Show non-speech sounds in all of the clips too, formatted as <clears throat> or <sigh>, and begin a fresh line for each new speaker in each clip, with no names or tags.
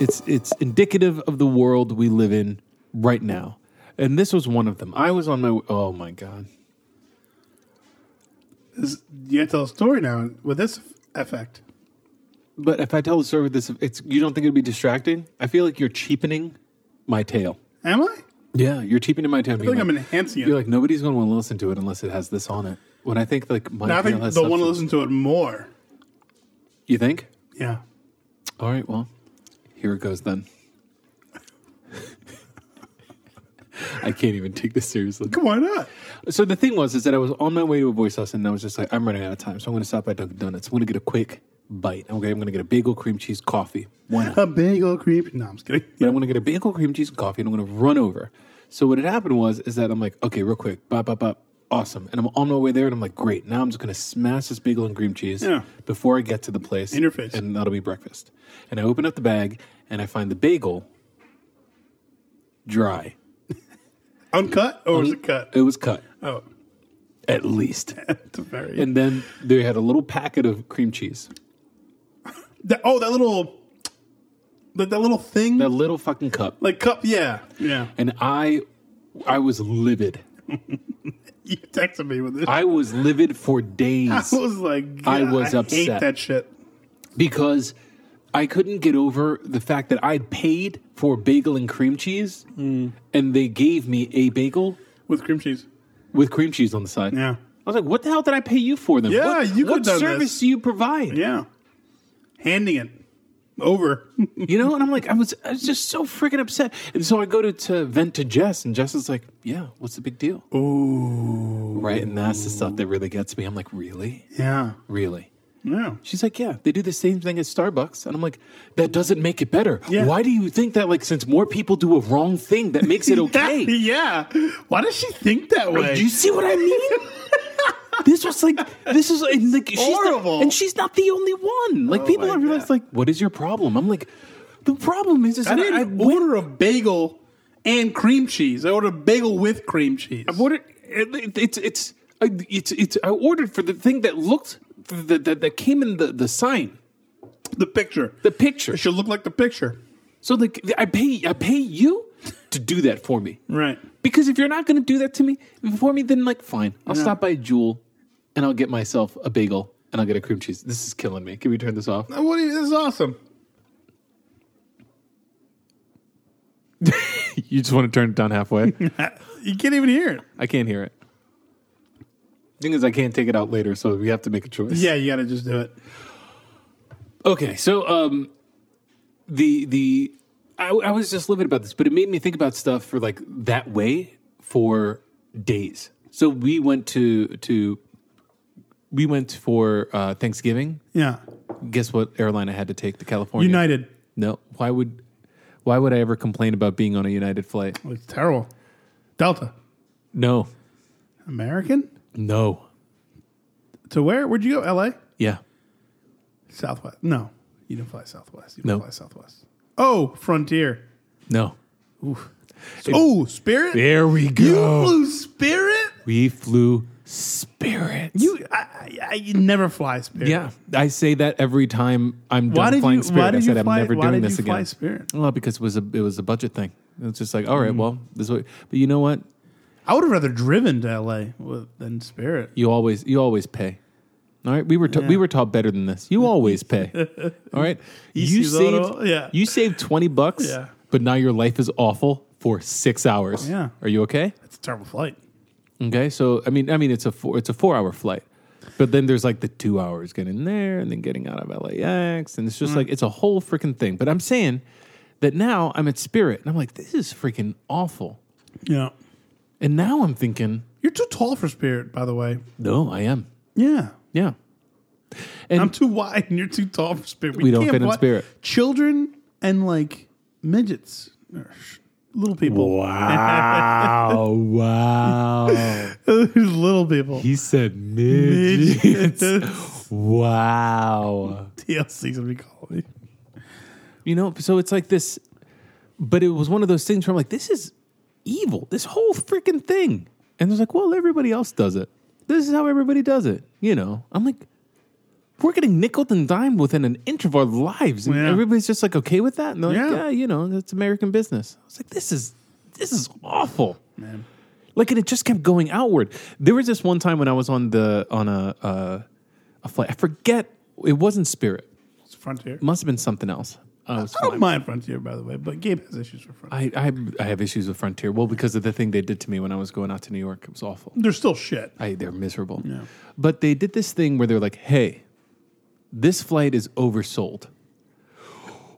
it's it's indicative of the world we live in right now. And this was one of them. I was on my oh my god.
This- you have to tell a story now with this effect.
But if I tell the story with this, it's you don't think it'd be distracting? I feel like you're cheapening my tale.
Am I? I
Yeah, you're cheapening my tale.
feel like I'm enhancing
You're
it.
like nobody's going to want to listen to it unless it has this on it. When I think like my
Now I
tale
think
has
they'll want to
substance-
listen to it more.
You think?
Yeah.
All right, well, here it goes then. <laughs> I can't even take this seriously.
Why not?
So the thing was is that I was on my way to a voice lesson and I was just like, I'm running out of time, so I'm going to stop by Dunkin' Donuts. I'm going to get a quick bite. Okay, I'm going to get a bagel, cream cheese, coffee. Why not?
A bagel creep. No, I'm just kidding.
but I'm gonna get a bagel, cream cheese, and coffee, and I'm gonna run over. So what had happened was is that I'm like, okay, real quick, bop, bop, bop, awesome. And I'm on my way there, and I'm like, great. Now I'm just gonna smash this bagel and cream cheese
Yeah.
before I get to the place,
In your face.
and that'll be breakfast. And I open up the bag, and I find the bagel dry.
Uncut or is it cut?
It was cut,
Oh, <laughs>
at least.
at the very
and then they had a little packet of cream cheese,
That- oh, that little, that, that little thing,
that little fucking cup,
like cup. Yeah, yeah.
and I, I was livid.
You texted me with this. <laughs> I,
I was livid for
<laughs>
days.
was like,
I
God,
was
Hate
upset.
that shit.
because I couldn't get over the fact that I paid for bagel and cream cheese,
Mm.
and they gave me a bagel
with cream cheese.
with cream cheese on the side.
Yeah,
I was like, "What the hell did I pay you for then?
Yeah,
what,
you could've
what
done
service
this.
do you provide?
yeah. Handing it over.
You know?" And I'm like, I was, I was just so freaking upset. And so I go to, to vent to Jess, and Jess is like, "Yeah, what's the big deal?"
Ooh,
Right? And that's the stuff that really gets me. I'm like, "Really,
yeah,
really."
yeah.
She's like, yeah, they do the same thing at Starbucks. And I'm like, that doesn't make it better.
Yeah.
Why do you think that, like, since more people do a wrong thing, that <laughs> makes it okay?
<laughs> yeah. Why does she think that way?
Do you see what I <laughs> mean? this was like, this is and, like, she's
Horrible.
Not, and she's not the only one. Like, people
my
have realized,
God.
like, what is your problem? I'm like, the problem is, is
I
that
didn't
I went-
order a bagel and cream cheese. I ordered a bagel with cream cheese.
I ordered, it, it's, it's, I, it's, it's, I ordered for the thing that looked, that, that, that came in the, the sign,
the picture.
the picture.
It should look like the picture.
So like I pay I pay you to do that for me.
Right.
Because if you're not going to do that to me for me, then like fine, I'll stop by Jewel, and I'll get myself a bagel and I'll get a cream cheese. This is killing me. Can we turn this off?
Uh, What do you, this is awesome.
<laughs> You just want to turn it down <laughs> halfway.
You can't even hear it.
I can't hear it. Thing is, I can't take it out later, so we have to make a choice.
Yeah, you got to just do it.
Okay, so um, the the I, I was just livid about this, but it made me think about stuff for like that way for days. So we went to to we went for uh, Thanksgiving.
Yeah.
Guess what airline I had to take to California?
United.
No, why would why would I ever complain about being on a United flight?
Oh, It's terrible. Delta.
No,
American?
no,
To where? Where'd you go? L.A.
yeah,
Southwest. No, you didn't fly Southwest. You didn't
No.
fly Southwest. Oh, Frontier.
no.
oh, Spirit.
There we
You
go.
flew Spirit.
we flew Spirit.
You, I, I, I you never fly Spirit.
Yeah, I say that every time I'm
Why
done
did
flying
you?
Spirit.
Why did
I
you
said I'm
fly?
never
why
doing
did
this
you
again.
fly Spirit?
Well, because it was a it was a budget thing. It's just like, all right,
Mm-hmm.
well, this is what, but you know what?
I would have rather driven to L.A. with- than Spirit.
You always you always pay. All right, we were ta- we were taught better than this. You always
<laughs>
pay. All right, you
see that at
saved
all? Yeah.
you saved twenty bucks.
Yeah.
but now your life is awful for six hours.
Yeah.
are you okay?
It's a terrible flight.
Okay, so I mean, I mean, it's a four, it's a four hour flight, but then there's like the two hours getting there and then getting out of LAX, and it's just like it's a whole freaking thing. But I'm saying that now I'm at Spirit, and I'm like, this is freaking awful.
Yeah.
And now I'm thinking,
You're too tall for Spirit, by the way.
no, I am,
Yeah.
yeah.
I'm too wide and you're too tall for spirit.
We don't
can't
fit in
fly-
Spirit.
Children and like midgets, or sh- little people, <laughs>
Wow, <laughs> wow.
little people.
He said midgets. <laughs> wow.
TLC's what we call it.
You know, so it's like this, but it was one of those things where I'm like, this is evil, this whole freaking thing. And it's like, well, everybody else does it. This is how everybody does it. You know, I'm like, we're getting nickled and dimed within an inch of our lives, and
Yeah.
everybody's just like okay with that. And they're like,
Yeah.
yeah, you know, that's American business. I was like, this is this is awful. Like, and it just kept going outward. There was this one time when I was on the on a uh, a flight. I forget it wasn't Spirit.
It's Frontier.
It must have been something else. I was
I don't mind Frontier, by the way, but Gabe has issues with Frontier.
I, I I have issues with Frontier. Well, because of the thing they did to me when I was going out to New York, it was awful.
They're still shit.
I, they're miserable. But they did this thing where they're like, "Hey, this flight is oversold."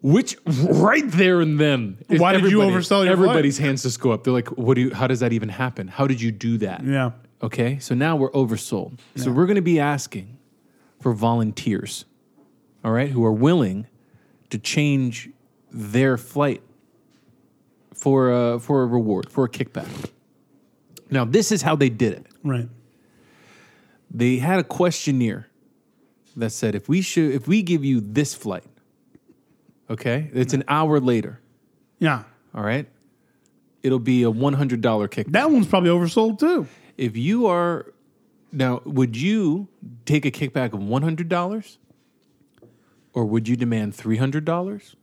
Which right there and then, if
Why did you
everybody-
oversell your flight?
Everybody's hands just go up. They're like, "What do you? How does that even happen? How did you do that?"
Yeah.
Okay, so now we're oversold. So we're going to be asking for volunteers, all right, who are willing to change their flight for a, for a reward, for a kickback. Now, this is how they did it.
Right.
They had a questionnaire that said if we should if we give you this flight, okay, it's an hour later,
Yeah.
all right, it'll be a one hundred dollar kickback.
That one's probably oversold too.
if you are now would you take a kickback of $100 or would you demand $300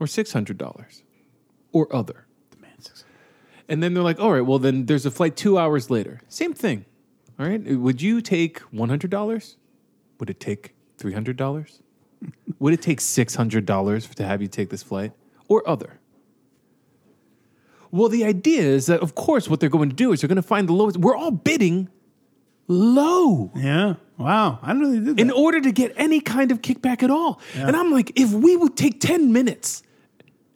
or $600 or other and then they're like all right well then there's a flight two hours later same thing all right would you take $100 would it take $300 <laughs> would it take $600 to have you take this flight or other well, the idea is that, of course, what they're going to do is they're going to find the lowest. We're all bidding low
Yeah. Wow. I didn't know they did that.
in order to get any kind of kickback at all. And I'm like, if we would take 10 minutes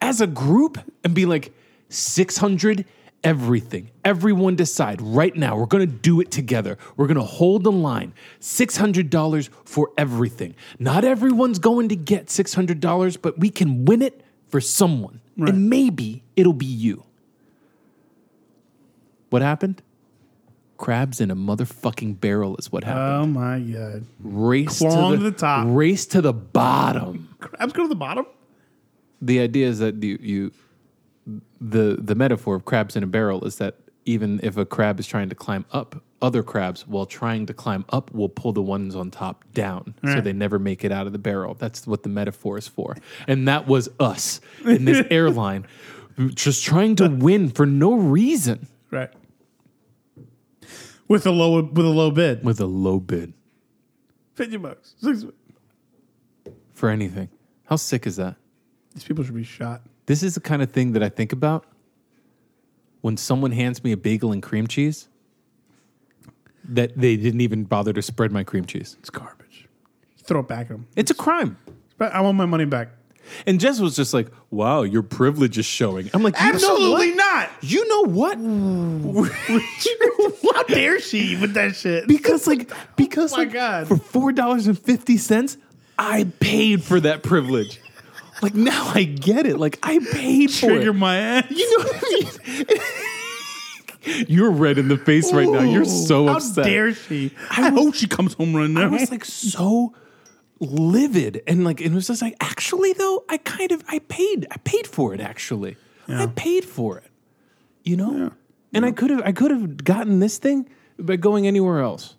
as a group and be like, 600 everything, everyone decide right now, we're going to do it together. We're going to hold the line $600 for everything. Not everyone's going to get $600, but we can win it for someone. And maybe it'll be you. What happened? Crabs in a motherfucking barrel is what happened
oh my god.
race
Clawing to the top.
race to the bottom.
Crabs go to the bottom.
The idea is that you, you the the metaphor of crabs in a barrel is that even if a crab is trying to climb up, other crabs while trying to climb up will pull the ones on top down, so
Right.
they never make it out of the barrel. That's what the metaphor is for, and that was us in
<laughs>
this airline, just trying to win for no reason
Right. With a low with a low bid.
with a low bid
Fifty bucks. Six bucks.
for anything. How sick is that?
These people should be shot.
This is the kind of thing that I think about when someone hands me a bagel and cream cheese that they didn't even bother to spread my cream cheese.
It's garbage. Throw it back at them.
It's a crime.
But I want my money back.
And Jess was just like, wow, your privilege is showing. I'm like, you know what?
Absolutely <laughs> not.
You know what?
How dare she with that shit?
Because
<laughs>
like because
Oh my
like
God.
for four dollars and fifty cents, I paid for that privilege. like now I get it. Like I paid for it.
Trigger my ass.
You know what I mean? You're red in the face right now. You're so
How
upset.
dare she? I, hope she comes home right now.
I was like so livid and like it was just like actually though I kind of I paid I paid for it actually. I paid for it. You know? And I could have I could have gotten this thing by going anywhere else.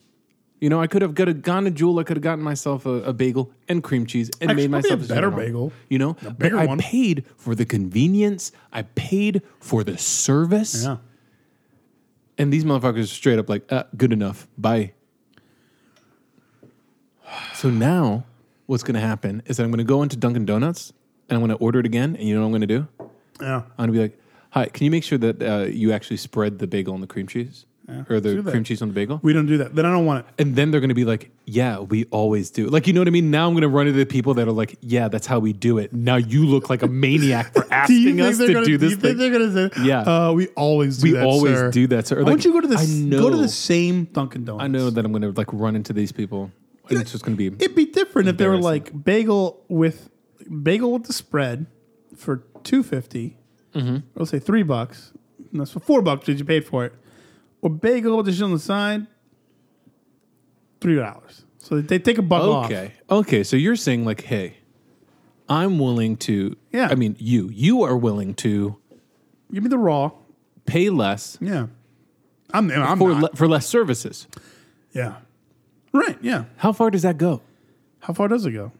You know, I could have got a, gone to Jewel. I could have gotten myself a, a bagel and cream cheese and
Actually,
made
probably a
myself
better
Zimmerman.
bagel.
You know,
bigger
but I
one.
paid for the convenience. I paid for the service.
yeah.
And these motherfuckers are straight up like, uh, good enough. Bye. So now what's going to happen is that I'm going to go into Dunkin' Donuts and I'm going to order it again. And you know what I'm going to do?
Yeah.
I'm going to be like, hi, can you make sure that uh, you actually spread the bagel and the cream cheese? or
do
the
that.
cream cheese on the bagel?
We don't do that. Then I don't want it.
And then they're going to be like, yeah, we always do. Like, you know what I mean? Now I'm going to run into the people that are like, yeah, that's how we do it. Now you look like a maniac
<laughs>
for asking us
they're
to
gonna,
do
you
this
think
thing.
they're gonna say,
Yeah.
uh, we always do
We
that,
always
sir.
do that, sir. Or
Why
like,
don't you go to the
I
go to
know.
the same Dunkin' Donuts?
I know that I'm going to like run into these people. And it's just going to be
It'd be different if they were like bagel with bagel with the spread for two
Mm-hmm.
Or let's say three bucks. And that's for four bucks that you paid for it. Or bagel with the shit on the side, three dollars. So they take a buck off.
Okay. Okay. So you're saying like, hey, I'm willing to.
Yeah.
I mean, you you are willing to
Give me the raw.
pay less
Yeah. I'm, I'm
for
not.
le- for less services.
yeah. Right. Yeah.
How far does that go?
How far does it go?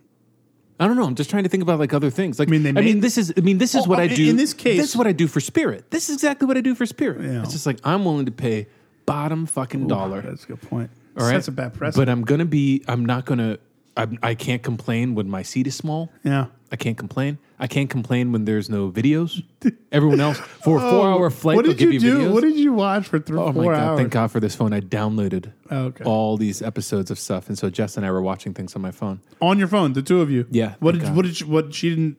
I don't know. I'm just trying to think about like other things. Like I
mean,
mean,
they
I mean
made-
this is I mean this is what
Well, I-
I
in
do
this case-
This is what I do for Spirit. This is exactly what I do for Spirit.
Yeah.
It's just like I'm willing to pay bottom fucking dollar.
That's a good point.
all right,
That's a bad precedent.
But I'm gonna be. I'm not gonna. I'm, I can't complain when my seat is small.
yeah.
I can't complain. I can't complain when there's no videos. Everyone else for a
<laughs> Oh,
four-hour flight.
What
they'll
did you,
give
do?
Videos.
What did you watch for three,
Oh my
four
god!
hours?
Thank God for this phone. I downloaded
Oh, okay.
all these episodes of stuff, and so Jess and I were watching things on my phone.
On your phone, the two of you.
Yeah,
What
thank
did
God.
what did you, what she didn't?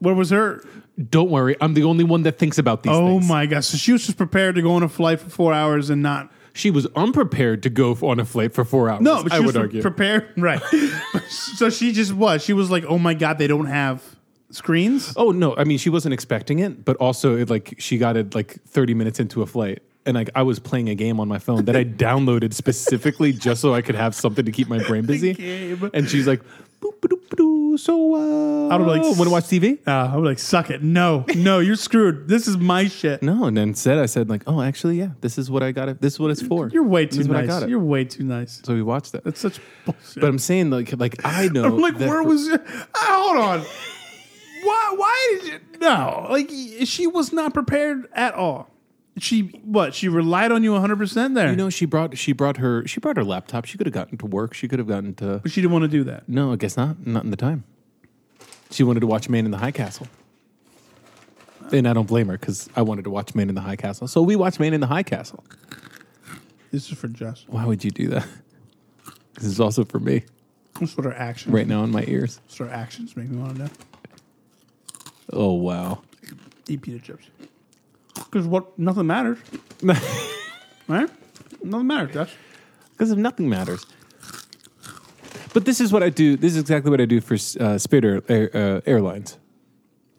What was her?
Don't worry, I'm the only one that thinks about these.
Oh
things.
my gosh! So she was just prepared to go on a flight for four hours and not.
She was unprepared to go on a flight for four hours.
No, but she
I
was
would
pre-
argue.
prepared, <laughs> right? so she just was. She was like, "Oh my god, they don't have screens."
oh no, I mean she wasn't expecting it, but also it like she got it like thirty minutes into a flight, and like I was playing a game on my phone <laughs> that I downloaded specifically just so I could have something to keep my brain busy.
game.
And she's like, "Boop, boop, boop, so uh,
I would've, like,
want to watch TV?
Uh, I was like, "Suck it! No, no, you're screwed. This is my
<laughs>
shit.
No, and then instead I said like, oh, actually, yeah, this is what I got. It. This is what it's for.
You're way
This
too
is what I
nice.
got it.
You're way too nice.
so we watched that.
That's such bullshit."
But I'm saying like, like <laughs> I know.
I'm like,
that
where
for-
was? Your, <laughs> Ah, hold on. why? Why did you? No, like she was not prepared at all. She what? She relied on you 100 percent there.
You know, she brought she brought her she brought her laptop. She could have gotten to work. She could have gotten to
but she didn't want to do that.
No, I guess not. Not in the time. She wanted to watch Man in the High Castle. And I don't blame her because I wanted to watch Man in the High Castle. So we watched Man in the High Castle.
This is for Jess.
Why would you do that? <laughs> This is also for me
That's what her actions.
right now in my ears.
That's what her actions make me want to know.
Oh, wow. <laughs>
Eat pita chips. Because what? Nothing matters. right? Nothing matters, Jess.
Because if nothing matters. But this is what I do. This is exactly what I do for uh, Spirit Air, Air- uh, Airlines.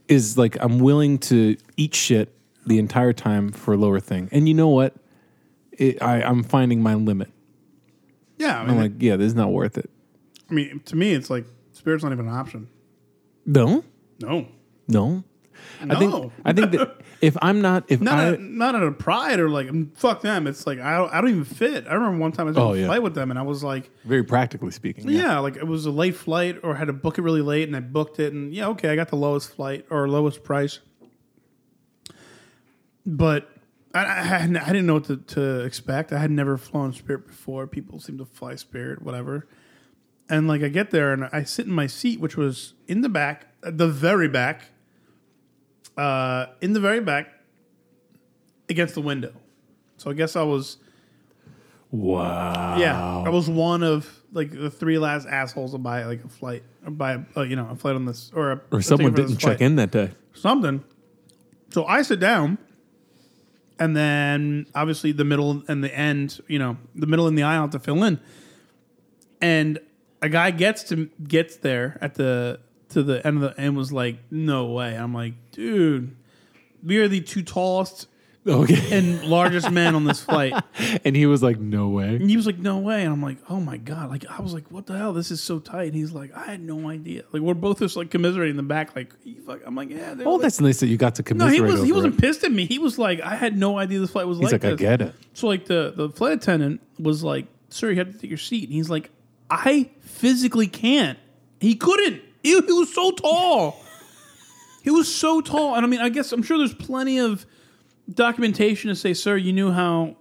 Is like I'm willing to eat shit the entire time for a lower thing. And you know what? It, I, I'm finding my limit.
Yeah, I mean,
I'm like, yeah, this is not worth it.
I mean, to me, it's like spirit's not even an option.
No,
No,
no. I think
No.
I think
<laughs>
that if I'm not if
not
I
out- not out of pride or like mm, fuck them. It's like I don't, I don't even fit. I remember one time I was on
Oh,
a
yeah.
flight with them and I was like,
very practically speaking,
yeah. like it was a late flight or had to book it really late and I booked it and yeah, okay, I got the lowest flight or lowest price, but. I, I, hadn't- I didn't know what to, to expect. I had never flown Spirit before. People seem to fly Spirit, whatever. And like I get there and I sit in my seat, which was in the back, at the very back, uh, in the very back, against the window. So I guess I was
Wow.
yeah, I was one of like the three last assholes to buy like a flight or buy a, you know a flight on this or a,
Or someone didn't check in that day.
something. So I sit down, and then obviously the middle and the end, you know, the middle and the aisle to fill in. And a guy gets to gets there at the to the end of the and was like, "No way!" I'm like, "Dude, we are the two tallest
Okay,
and largest men on this flight."
<laughs> and he was like, "No way."
And he was like, "No way!" And I'm like, "Oh my god!" Like I was like, "What the hell? This is so tight." And he's like, "I had no idea." Like we're both just like commiserating in the back. Like "You fuck. I'm like, "Yeah." they're
Oh,
like-"
that's nice that you got to
no.
commiserate.
He was he
over
wasn't
it.
pissed at me. He was like, "I had no idea this flight was
He's
like
like, "I
this."
get it."
So like the the flight attendant was like, "Sir, you have to take your seat." And he's like, "I physically can't." He couldn't. He, he was so tall. he was so tall, and I mean, I guess I'm sure there's plenty of documentation to say, "Sir, you knew how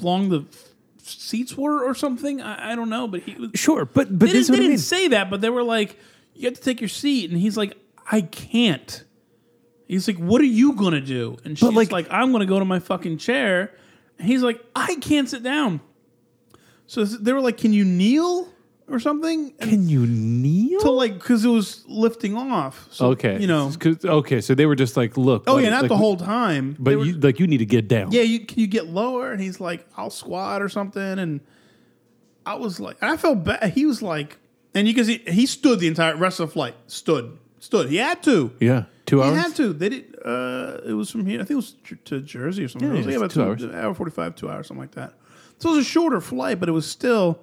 long the f- seats were," or something. I, I don't know, but he was.
Sure, but but
They
this is
didn't,
what I
they didn't
mean.
say that, but they were like, "You have to take your seat," and he's like, "I can't." He's like, "What are you gonna do?" And she's like,
like-
"I'm gonna go to my fucking chair." And he's like, "I can't sit down." So this- they were like, "Can you kneel or something?" And
Can you kneel?
so like, because it was lifting off. So,
okay,
you know.
'Cause- okay. So they were just like, "Look."
Oh
buddy,
yeah, not
like,
the whole time. They
But
were-
you like you need to get down.
yeah, you can you get lower? And he's like, I'll squat or something. And I was like, and I felt bad. He was like, and you can see he stood the entire rest of the flight. Stood, stood. He had to.
yeah. Two
He
hours.
had to. They did. Uh, it was from here. I think it was Jer- to Jersey or something.
Yeah,
it was like
it's
about
two
two
hours.
hours, hour forty-five, two hours, something like that. So it was a shorter flight, but it was still,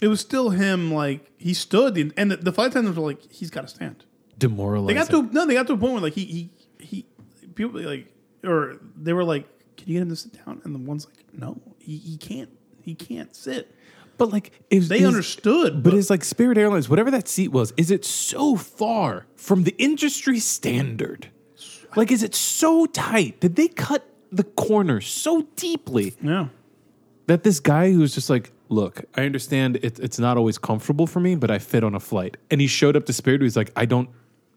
it was still him. Like he stood, the, and the, the flight attendants were like, he's got to stand.
Demoralized.
They got to no, they got to a point where like he he he people like or they were like, Can you get him to sit down? And the one's like, No, he, he can't he can't sit.
But like, is,
They
is-
understood,
But
but-
it's like Spirit Airlines, whatever that seat was, is it so far from the industry standard? Like, is it so tight? Did they cut the corner so deeply
Yeah.
that this guy who's just like, look, I understand it, it's not always comfortable for me, but I fit on a flight. And he showed up to Spirit, he's like, I don't,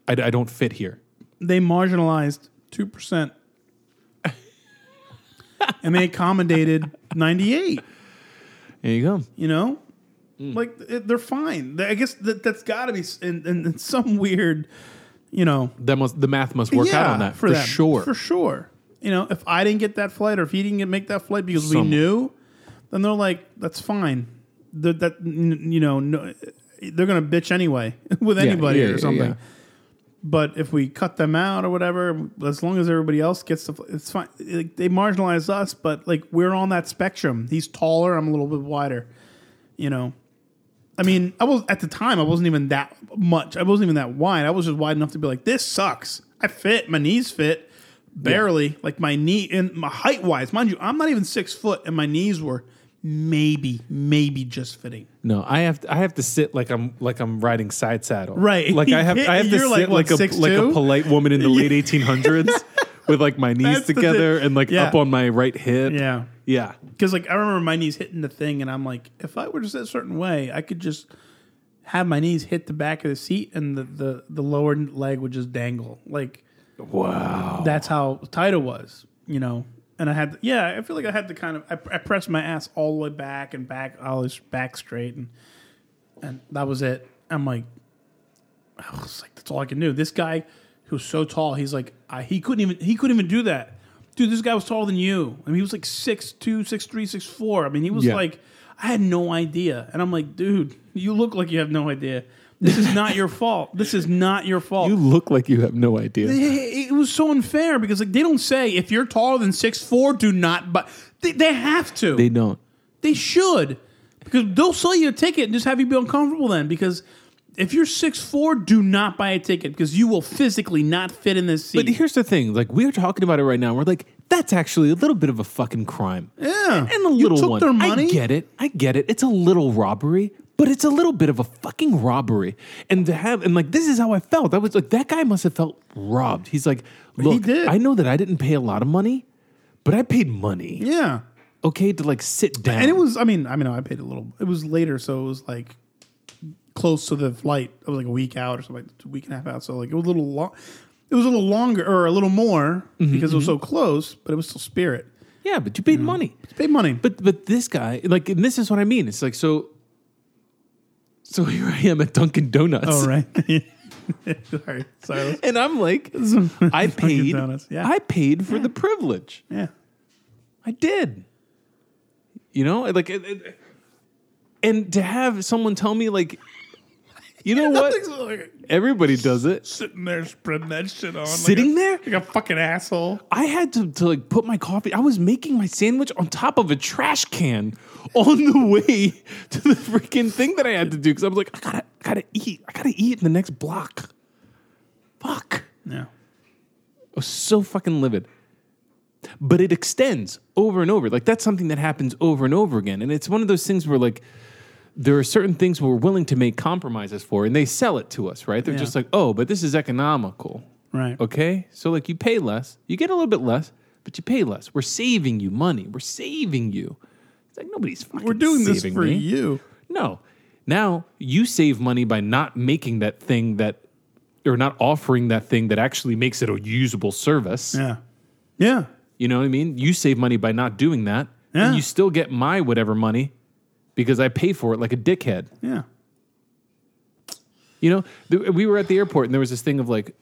I, I don't fit here.
They marginalized 2%. and they accommodated 98,
There you go.
you know?
Mm.
Like, it, they're fine. They- I guess that, that's got to be s- in, in, in some weird, you know.
That must, the math must work out on that for,
them,
sure.
For sure. You know, if I didn't get that flight or if he didn't get, make that flight because
Someone.
we knew, then they're like, that's fine. That, that n- you know, no, they're going to bitch anyway <laughs> with
Yeah,
anybody
yeah,
or
yeah,
something.
yeah.
But if we cut them out or whatever, as long as everybody else gets the, fl- it's fine. Like, they marginalize us, but like we're on that spectrum. He's taller, I'm a little bit wider. You know, I mean, I was at the time I wasn't even that much. I wasn't even that wide. I was just wide enough to be like, this sucks. I fit. My knees fit barely. Like my knee and my height wise, mind you, I'm not even six foot, and my knees were maybe, maybe just fitting.
No, I have to, I have to sit like I'm like I'm riding side saddle.
Right.
Like I have I
<laughs>
have to
You're
sit like,
like, what,
a
6'2"?
like a polite woman
<laughs>
in the late 1800s with like my knees
That's the
together
thing.
and like
Yeah.
up on my right hip.
Yeah,
Yeah.
because like I remember my knees hitting the thing, and I'm like, if I were to sit a certain way, I could just have my knees hit the back of the seat, and the the, the lower leg would just dangle. Like
Wow.
that's how tight it was, you know. And I had, yeah, I feel like I had to kind of, I, I pressed my ass all the way back and back, all this back straight, and and that was it. I'm like, I was like, that's all I can do. This guy who's so tall, he's like, I, he couldn't even, he couldn't even do that, dude. This guy was taller than you. I mean, he was like six two, six three, six four. I mean, he was
Yeah.
like, I had no idea, and I'm like, dude, you look like you have no idea. This is not your fault. This is not your fault
You look like you have no idea.
it it was so unfair because like they don't say if you're taller than six four, do not buy. They, they have to.
They
They,
don't.
should because they'll sell you a ticket and just have you be uncomfortable then because. If you're six four, do not buy a ticket because you will physically not fit in this seat.
But here's the thing, like we're talking about it right now. We're like that's actually a little bit of a fucking crime.
yeah,
And a little
you took
one.
their money.
I get it. I get it. It's a little robbery, but it's a little bit of a fucking robbery. And to have and like this is how I felt. I was like, that guy must have felt robbed. He's like, look,
did.
I know that I didn't pay a lot of money, but I paid money.
Yeah,
Okay, to like sit down.
and it was. I mean, I mean, I paid a little. It was later, so it was like close to the flight. It was like a week out or something, like a week and a half out. So like it was a little long. It was a little longer or a little more
Mm-hmm,
because it was so close, but it was still Spirit.
yeah, but you paid money.
Paid money, but
But but this guy, like, and this is what I mean. It's like so. So <laughs> here I am at Dunkin' Donuts.
<laughs> oh right. Sorry, Silas.
And I'm like, I paid.
Donuts, yeah.
I paid for the privilege.
<laughs> Yeah,
I did. You know, like, it, it- and to have someone tell me like, you
<laughs>
know what?
Nothing's like
Everybody does it.
sitting there spreading that shit on,
Sitting
like
there,
a, like a fucking asshole.
I had to, to like put my coffee. I was making my sandwich on top of a trash can on the way <laughs> to the freaking thing that I had to do because I was like, I gotta, I gotta eat. I gotta eat in the next block. Fuck.
Yeah,
was so fucking livid. But it extends over and over. Like that's something that happens over and over again. And it's one of those things where like there are certain things we're willing to make compromises for and they sell it to us, right? They're
Yeah.
just like, "Oh, but this is economical."
right.
Okay? So like you pay less, you get a little bit less, but you pay less. We're saving you money. We're saving you. It's like nobody's fucking
We're doing this
saving
for
me.
you.
No. Now you save money by not making that thing that or not offering that thing that actually makes it a usable service.
Yeah, yeah.
You know what I mean? You save money by not doing that,
Yeah.
and you still get my whatever money because I pay for it like a dickhead.
Yeah.
You know, Th- we were at the airport and there was this thing of like,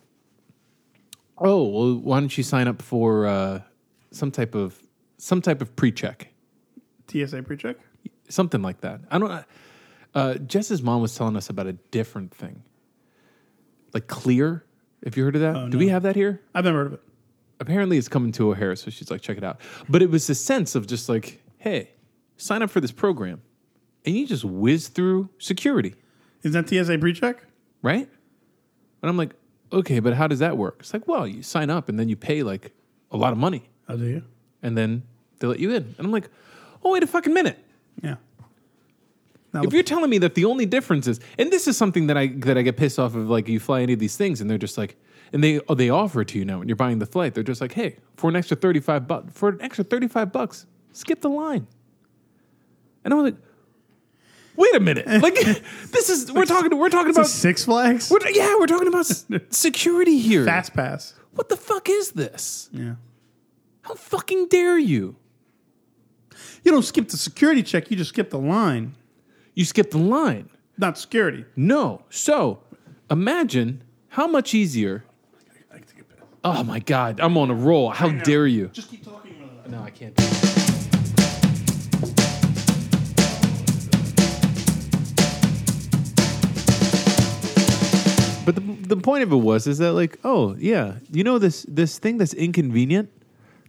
oh, well, why don't you sign up for uh, some type of some type of pre-check,
TSA pre-check.
something like that. I don't. Uh, Jess's mom was telling us about a different thing, like Clear. Have you heard of that? Do we have that here?
I've never heard of it.
apparently it's coming to O'Hare, so she's like, check it out. But it was the sense of just like, hey, sign up for this program, and you just whiz through security,
Is that TSA pre-check?
right? And I'm like, okay, but how does that work? It's like, well, you sign up and then you pay like a lot of money,
How do you?
oh, and then they let you in. And I'm like, oh wait a fucking minute,
Yeah. Now,
if
the-
you're telling me that the only difference is, and this is something that I that I get pissed off of, like you fly any of these things, and they're just like, and they oh, they offer it to you now when you're buying the flight, they're just like, hey, for an extra thirty five bucks, for an extra thirty five bucks, skip the line. And I was like, wait a minute, like <laughs> this is we're talking we're talking
It's a
about
Six Flags
we're, yeah we're talking about <laughs> s- security here.
Fast Pass.
What the fuck is this?
Yeah.
How fucking dare you?
You don't skip the security check. You just skip the line.
You skipped the line.
Not security.
No. So imagine how much easier. Oh my God, I'm on a roll. How dare you?
Just keep talking.
No, I can't. But the, the point of it was is that like oh yeah you know this this thing that's inconvenient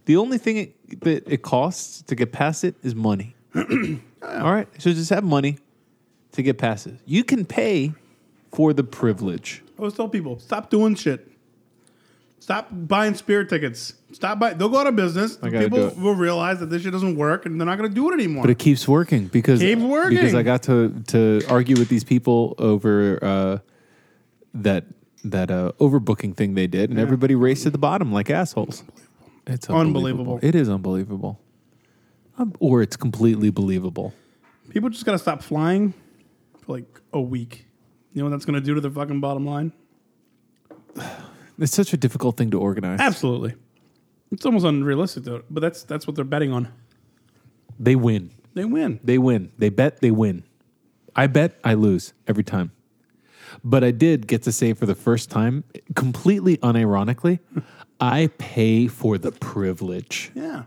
the only thing it, that it costs to get past it is <clears throat> money all right so just have money to get past it you can pay for the privilege
I always tell people stop doing shit. Stop buying spirit tickets. Stop buying. They'll go out of business.
gotta do
People
it.
will realize that this shit doesn't work, and they're not going to do it anymore.
But it keeps working because
Keeps working.
because I got to to argue with these people over uh, that that uh, overbooking thing they did, and everybody raced to the bottom like assholes. It's unbelievable.
Unbelievable.
It is unbelievable, um, or it's completely believable.
people just got to stop flying for like a week. You know what that's going to do to their fucking bottom line?
It's such a difficult thing to organize.
Absolutely. It's almost unrealistic though, but that's that's what they're betting on.
They win.
They win.
They win. They bet. They win. I bet. I lose every time. But I did get to say for the first time, completely unironically, <laughs> I pay for the privilege.
Yeah.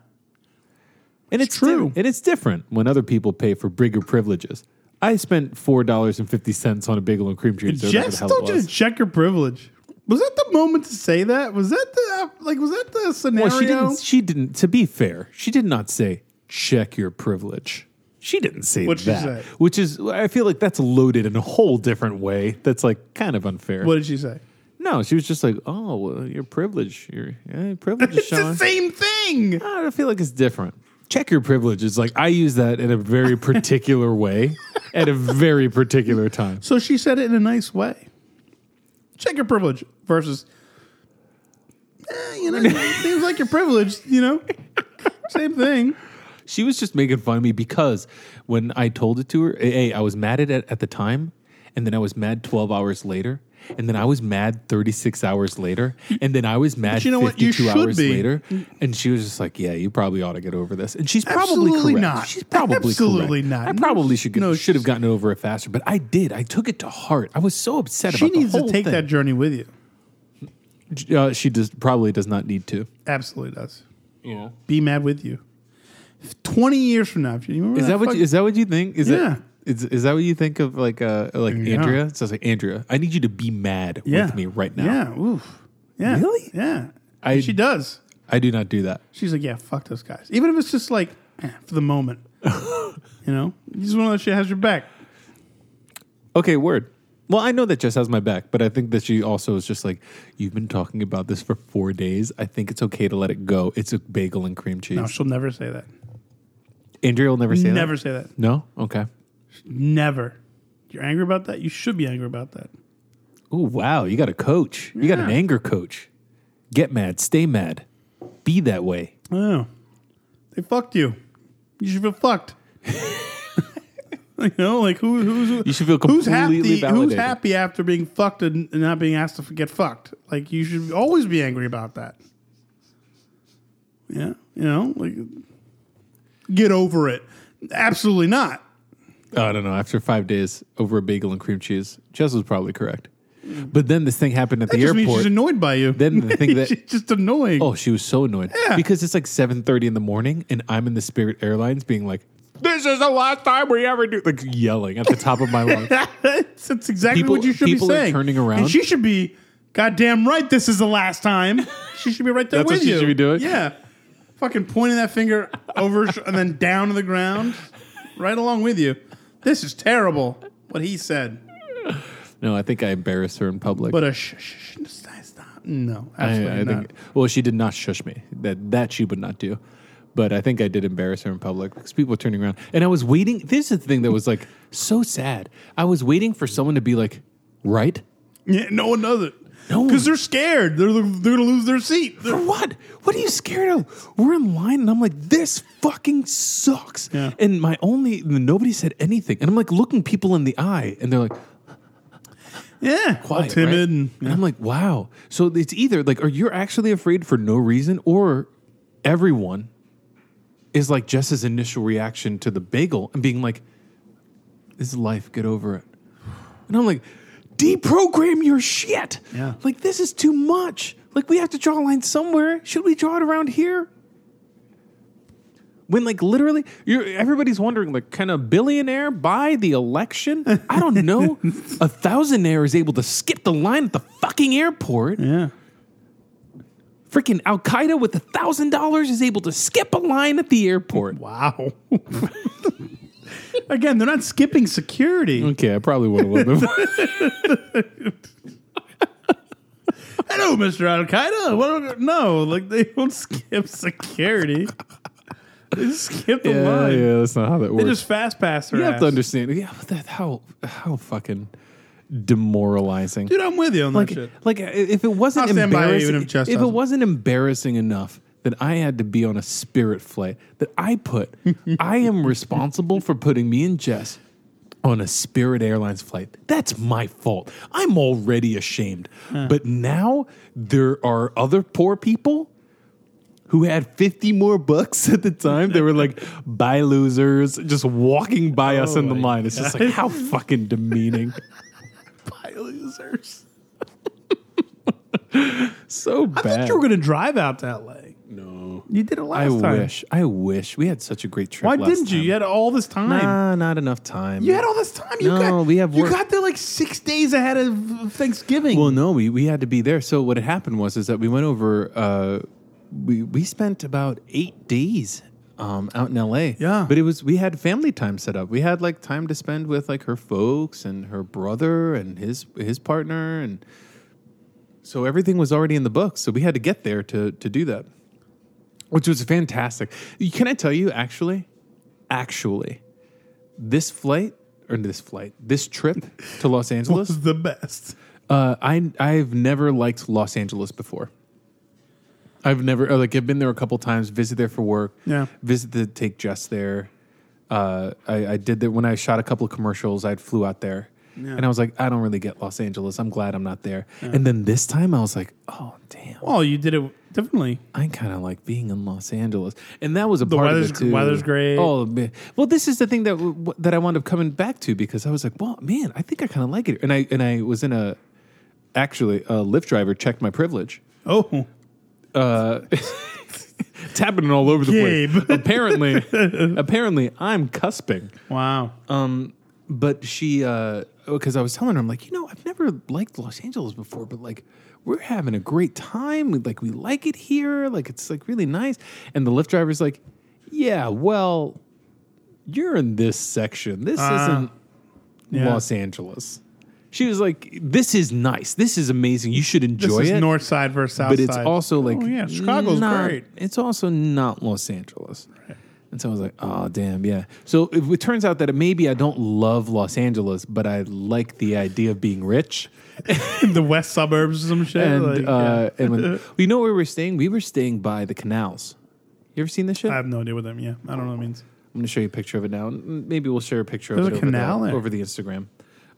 And it's
true.
di- and it's different when other people pay for bigger privileges. I spent four dollars and fifty cents on a bagel and cream cheese. or whatever
Jess
the hell it
told you to
was.
check your privilege. Was that the moment to say that? Was that the uh, like? Was that the scenario?
Well, she didn't. She didn't. To be fair, she did not say check your privilege. She didn't say
What'd she
that.
say?
Which is, I feel like that's loaded in a whole different way. That's like kind of unfair.
What did she say?
No, she was just like, oh, well, your privilege, your yeah, privilege,
<laughs> It's the
Sean.
same thing.
I don't feel like it's different. Check your privilege. It's like I use that in a
<laughs>
very particular way at a very particular time.
So she said it in a nice way. Check your privilege versus, eh, you know,
<laughs>
it seems like you're privileged. You know, same thing.
She was just making fun of me because when I told it to her, hey, I was mad at it at the time, and then I was mad 12 hours later, and then I was mad 36 hours later, and then I was mad
you know what?
52
You should
hours
be.
later. And she was just like, yeah, you probably ought to get over this. And she's probably
Absolutely
correct.
not.
She's probably
Absolutely
correct.
not.
I
No,
probably
sh-
should get,
no,
should have gotten over it faster, but I did. I took it to heart. I was so upset
She
about
needs
the
to
whole
take that
thing.
journey with you.
that. Uh, she does, probably does not need to.
Absolutely does.
Yeah.
Be mad with you. Twenty years from now, if you remember
Is that what
fuck-
you, is that what you think? Is
Yeah.
that is, is that what you think of like uh like
Yeah.
Andrea? So it's like Andrea, I need you to be mad
yeah.
with me right now.
Yeah. Oof. Yeah.
Really?
Yeah.
I-
she does.
I do not do that.
She's like, yeah, fuck those guys. Even if it's just like eh, for
<laughs>
the moment, you know, you just want to know she has your back.
Okay, word. Well, I know that Jess has my back, but I think that she also is just like, you've been talking about this for four days. I think it's okay to let it go. It's a bagel and cream cheese.
No, she'll never say that.
Andrea will never say that.
never say that.
No. Okay.
Never. You're angry about that. You should be angry about that.
Oh wow, you got a coach. You got an
Yeah.
anger coach. Get mad. Stay mad. Be that way.
Oh, they fucked you. You should feel fucked. <laughs> you know, like who, who's who,
You should feel
who's
completely
happy? Who's
validated.
happy after being fucked and and not being asked to get fucked? Like you should always be angry about that. Yeah, you know, like get over it. Absolutely not.
Oh, I don't know. After five days over a bagel and cream cheese, Jess was probably correct. But then this thing happened at
That
the
just means she's
airport.
annoyed by you.
Then the thing that-
<laughs> she's just annoying.
oh, she was so annoyed
Yeah.
because it's like seven thirty in the morning, and I'm in the Spirit Airlines being like, "This is the last time we ever do," like yelling at the top of my
<laughs>
lungs.
that's, that's exactly
People-
what you should be
people are
saying.
turning around.
And she should be goddamn right. This is the last time. She should be right there
That's
with
what she
you.
should be doing?
Yeah, fucking pointing that finger over her sh- and then down to the ground, right along with you. This is terrible. What he said,
No, I think I embarrassed her in public.
but a shh, shh, shh, stop, stop. No,
I,
absolutely
I
not.
think. Well, she did not shush me. That that she would not do. But I think I did embarrass her in public because people were turning around. And I was waiting. This is the thing that was like so sad. I was waiting for someone to be like, right?
Yeah, no one does it.
No
because
one-
they're scared. They're they're gonna lose their seat.
For what? What are you scared of? We're in line, and I'm like, this fucking sucks.
Yeah.
And my only, nobody said anything. And I'm like looking people in the eye, and they're like,
yeah,
quiet,
all timid
right?
and
I'm like, wow. So it's either like, or you're actually afraid for no reason, or everyone is like Jess's initial reaction to the bagel and being like, "This is life. Get over it." And I'm like, deprogram your shit.
Yeah.
Like this is too much. Like we have to draw a line somewhere. Should we draw it around here? When like literally, you're, everybody's wondering like, can a billionaire buy the election? I don't
<laughs>
know. a thousandaire is able to skip the line at the fucking airport.
yeah.
Freaking Al Qaeda with a thousand dollars is able to skip a line at the airport.
Wow. <laughs> Again, they're not skipping security.
Okay, I probably would a <laughs> little bit. More.
Hello, Mr. Al Qaeda. What- No, like they don't skip security. They just skip the
yeah,
line.
yeah, that's not how that works.
They just fast pass their
You have to
ass.
understand. Yeah, but that how how fucking demoralizing.
Dude, I'm with you on that
like,
shit.
like uh, if it wasn't
I'll stand by you
embarrassing,
even if
if,
Jess
it
doesn't.
wasn't embarrassing enough that I had to be on a Spirit flight that I
<laughs>
put, I am responsible for putting me and Jess on a Spirit Airlines flight. That's my fault. I'm already ashamed, but now there are other poor people who had 50 more bucks <laughs> at the time. They were like, bye, losers, just walking by us in the
Oh my
line. It's just like,
<laughs>
how fucking demeaning.
Bye, losers.
So
I
bad.
thought you were gonna drive out to LA.
no.
You did it
I
last time.
wish. I wish. We had such a great trip.
Why
last
didn't you?
time.
You had all this time.
Nah, not enough time.
You had all this time. You
No,
got,
we have
you
work.
got there like six days ahead of Thanksgiving.
Well, no, we, we had to be there. So what had happened was is that we went over. Uh, we we spent about eight days um, out in L.A.
Yeah.
but it was we had family time set up. We had like time to spend with like her folks and her brother and his his partner, and so everything was already in the books. So we had to get there to to do that, which was fantastic. Can I tell you actually, actually, this flight or this flight, this trip to Los <laughs> Angeles
was the best.
uh, I I've never liked Los Angeles before. I've never uh, like I've been there a couple times, visit there for work,
Yeah.
visit to take Jess there. Uh, I, I did that when I shot a couple of commercials. I flew out there, and I was like, I don't really get Los Angeles. I'm glad I'm not there. And then this time, I was like, Oh damn,
Well, you did it differently.
I kind of like being in Los Angeles, and that was a
The
part
weather's-
of it too.
weather's great.
Oh man. well, this is the thing that w- that I wound up coming back to because I was like, well, man, I think I kind of like it, and I and I was in a actually a Lyft driver checked my privilege,
Oh,
uh, it's happening all over the
Gabe.
place. Apparently, <laughs> apparently, I'm cusping.
wow.
Um, but she, because I was telling her, I'm like, you know, I've never liked Los Angeles before, but like, we're having a great time. We, like, we like it here. Like, it's like really nice. And the Lyft driver's like, yeah, well, you're in this section. This isn't
Uh, yeah.
Los Angeles. She was like, this is nice. This is amazing. You should
This
enjoy
is
it.
north side versus south
but
side.
it's also like,
Oh, yeah, Chicago's
not-
great.
It's also not Los Angeles. And so I was like, oh, damn, yeah. So it, it turns out that maybe I don't love Los Angeles, but I like the idea of being rich.
the west suburbs or some shit.
And,
<laughs> like,
uh,
yeah.
and
<laughs>
when, you know where we were staying? We were staying by the canals. You ever seen this shit?
I have no idea what that means. Yeah, I don't know what it means.
I'm going to show you a picture of it now. and Maybe we'll share a picture
There's
of it
a
over,
canal
the,
there.
over the Instagram.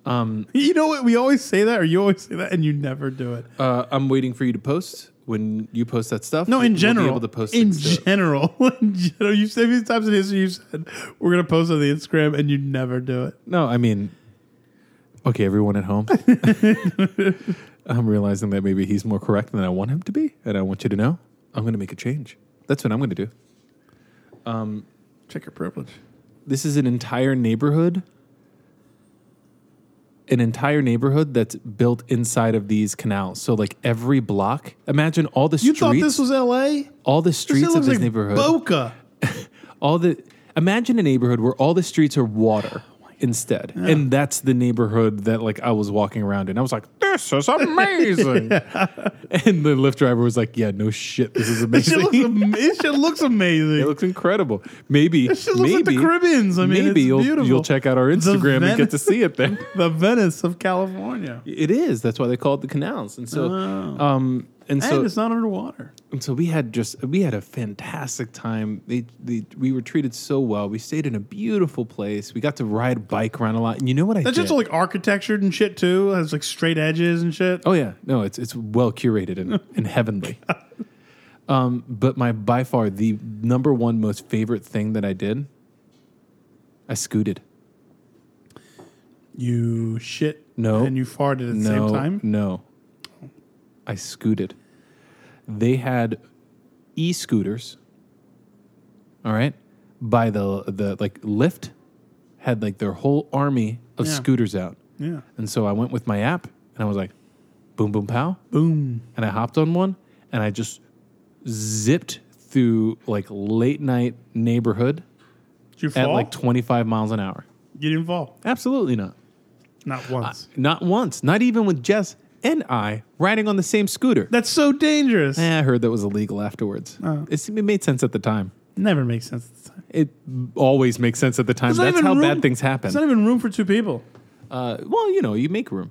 You know what? We always say that, or you always say that, and you never do it.
Uh, I'm waiting for you to post when you post that stuff.
No,
we'll
in general.
Be able to post
in
it to-
general, <laughs> in general, you said these times in history you said we're gonna post on the Instagram, and you never do it.
No, I mean, okay, everyone at <laughs> home. I'm realizing that maybe he's more correct than I want him to be, and I want you to know I'm going to make a change. That's what I'm going to do.
Check your privilege.
This is an entire neighborhood, an entire neighborhood that's built inside of these canals. So, like every block, imagine all the
You
streets,
thought this was L.A.
all the
This
streets of
looks
this
like
neighborhood,
Boca.
all the imagine a neighborhood where all the
Oh
streets are water instead and that's the neighborhood that like i was walking around in i was like this This is
<laughs>
amazing. And the Lyft driver was like, Yeah, no shit.
<laughs>
This is
This shit
amazing.
looks, am- this shit looks amazing.
<laughs> it looks incredible.
<laughs>
Maybe.
This shit looks like the
maybe-
Caribbean's. I mean,
maybe
it's
you'll,
beautiful.
you'll check out our Instagram and
Venice-
get to see it
<laughs>
there.
the Venice of California.
It is. That's why they call it the canals. And so, um, and
Oh. And
so,
it's not underwater.
and so we had just we had a fantastic time. They, they, we were treated so well. We stayed in a beautiful place. We got to ride a bike around a lot. And you know what I
That's
did?
just like architectured and shit too. It has like straight edges and shit.
oh yeah, no, it's it's well curated
<laughs>
and, and heavenly. Um, but my by far the number one most favorite thing that I did, I scooted.
You shit.
No.
And you farted at the
no,
same time.
No. I scooted. They had e scooters. All right. By the the like Lyft had like their whole army of
Yeah.
scooters out.
Yeah.
And so I went with my app and I was like, boom boom pow.
Boom.
And I hopped on one and I just zipped through like late night neighborhood
Did you
at
fall?
like twenty five miles an hour.
you didn't fall.
Absolutely not.
Not once.
Not once. Not even with Jess and I riding on the same scooter.
That's so dangerous.
Eh, I heard that was illegal afterwards.
Oh.
It, seemed, it made sense at the time.
Never makes sense at the time.
It always makes sense at the time.
There's not
That's
even
how
room-
bad things
There's
happen.
not even room for two people. <laughs>
uh, well, you know, you make room.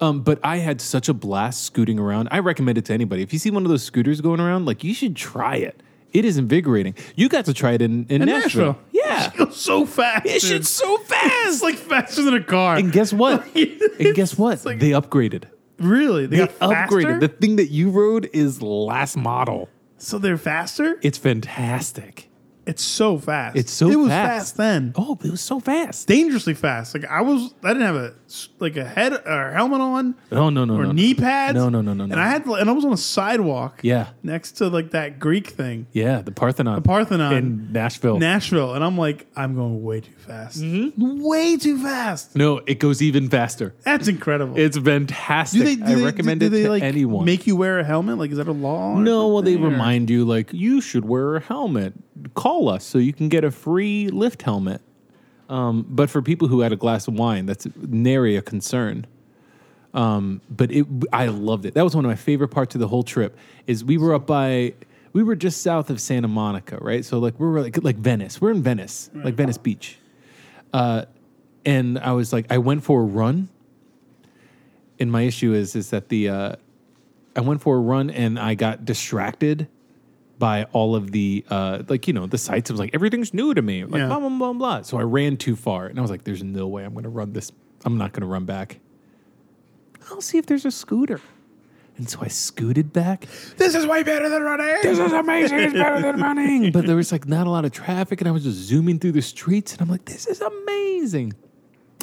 Um, but I had such a blast scooting around. I recommend it to anybody. If you see one of those scooters going around, like you should try it. It is invigorating. You got to try it in, in,
In
Nashville.
Nashville. <laughs>
Yeah.
so fast.
It
dude.
shit's so fast.
It's like faster than a car.
and guess
<laughs>
what? and guess what? they upgraded.
really? They,
They
got faster?
upgraded. The thing that you rode is last model.
so they're faster?
It's fantastic.
It's so fast.
It's so
It was
fast.
fast then.
Oh, it was so fast.
dangerously fast. Like I was, I didn't have a like a head or helmet on
Oh, No, no, no,
or
no, no.
knee pads.
No, no, no, no, no.
And I had, and I was on a sidewalk.
Yeah.
next to like that Greek thing,
Yeah, the Parthenon. The
Parthenon.
in Nashville.
Nashville, and I'm like, I'm going way too fast,
Mm-hmm.
way too fast.
no, it goes even faster.
That's incredible.
It's fantastic. I recommend it to
like,
anyone.
Make you wear a helmet? Like, is that a law? or
no, well, they
something, or-
remind you like you should wear a helmet. Call us so you can get a free lift helmet. Um, but for people who had a glass of wine, that's nary a concern. Um, but it, I loved it. That was one of my favorite parts of the whole trip. Is we were up by, we were just south of Santa Monica, right? So like we were like like Venice. We're in Venice, like Venice Beach. Uh, and I was like, I went for a run. And my issue is is that the uh, I went for a run and I got distracted by all of the uh, like you know the sights. It was like everything's new to me, like
Yeah.
blah blah blah blah. So I ran too far, and I was like, "There's no way I'm going to run this. I'm not going to run back. I'll see if there's a scooter." And so I scooted back.
This is way better than running.
This is amazing. It's better than running. <laughs> But there was like not a lot of traffic, and I was just zooming through the streets, and I'm like, "This is amazing."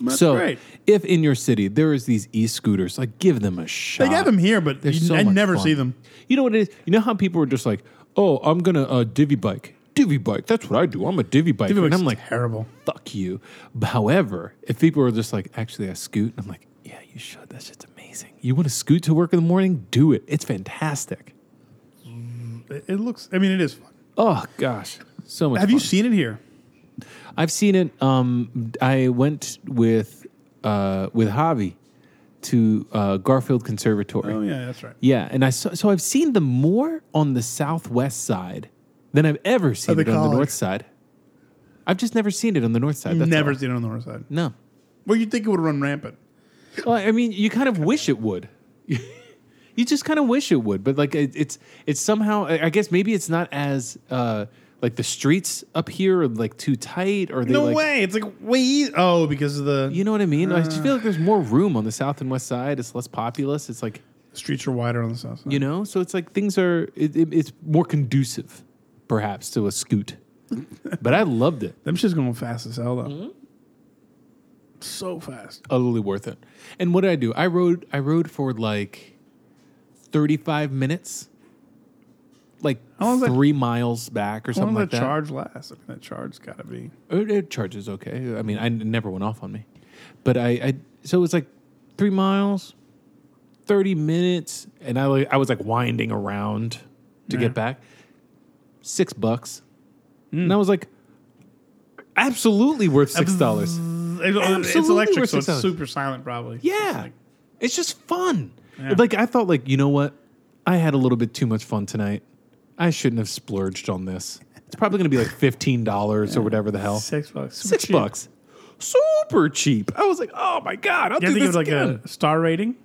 That's
so,
great.
if in your city there is these e-scooters, like give them a shot.
They have them here, but you,
There's so
I
much
never
fun.
see them.
You know what it is? You know how people were just like, "Oh, I'm gonna uh, divvy bike, divvy bike. That's what I do. I'm a divvy biker."
It
and
looks
I'm like,
terrible.
"Fuck you." However, if people were just like, "Actually, I scoot," I'm like, "Yeah, you should. That shit's amazing. You want to scoot to work in the morning? Do it. It's fantastic."
It, it looks. I mean, it is fun.
Oh gosh, so much.
Have you
fun.
seen it here?
I've seen it. Um, I went with uh, with Javi to uh, Garfield Conservatory.
Oh yeah, that's right.
Yeah, and I saw, so I've seen them more on the southwest side than I've ever seen
the
it on the
college.
north side. I've just never seen it on the north side. That's
never
all.
seen it on the north side.
No.
Well, you'd think it would run rampant.
Well, I mean, you kind of wish it would. <laughs> you just kind of wish it would, but like it, it's it's somehow. I I guess maybe it's not as uh, like the streets up here are like too tight or they
No
like,
way. Uh. It's like way. eas- Oh, because of the
You know what I mean? I just feel like there's more room on the south and west side. It's less populous. It's like
streets are wider on the south side.
you know, so it's like things are. It, it, it's more conducive, perhaps, to a scoot. but I loved it.
Them shit's going fast as hell though. So fast.
Utterly worth it. And what did I do? I rode. I rode for like thirty-five minutes, like
How long's that-
three miles back or
How long
something like
does that
that.
charge last? I mean, that charge's got to be.
It, it charges okay. I mean, I it never went off on me, but I, I so it was like three miles, thirty minutes, and I like I was like winding around to
Yeah.
get back. Six bucks, and I was like, absolutely worth six dollars.
It's
Absolutely
electric,
worth
so it's
$6.
super silent, probably.
Yeah, It's just fun. Like I thought, like you know what? I had a little bit too much fun tonight. I shouldn't have splurged on this. It's probably going to be like fifteen dollars or whatever the hell.
Six bucks. Super
Six
cheap.
bucks, super cheap. I was like, oh my god, I'll
You
do
have to
this
give it like
again.
a star rating.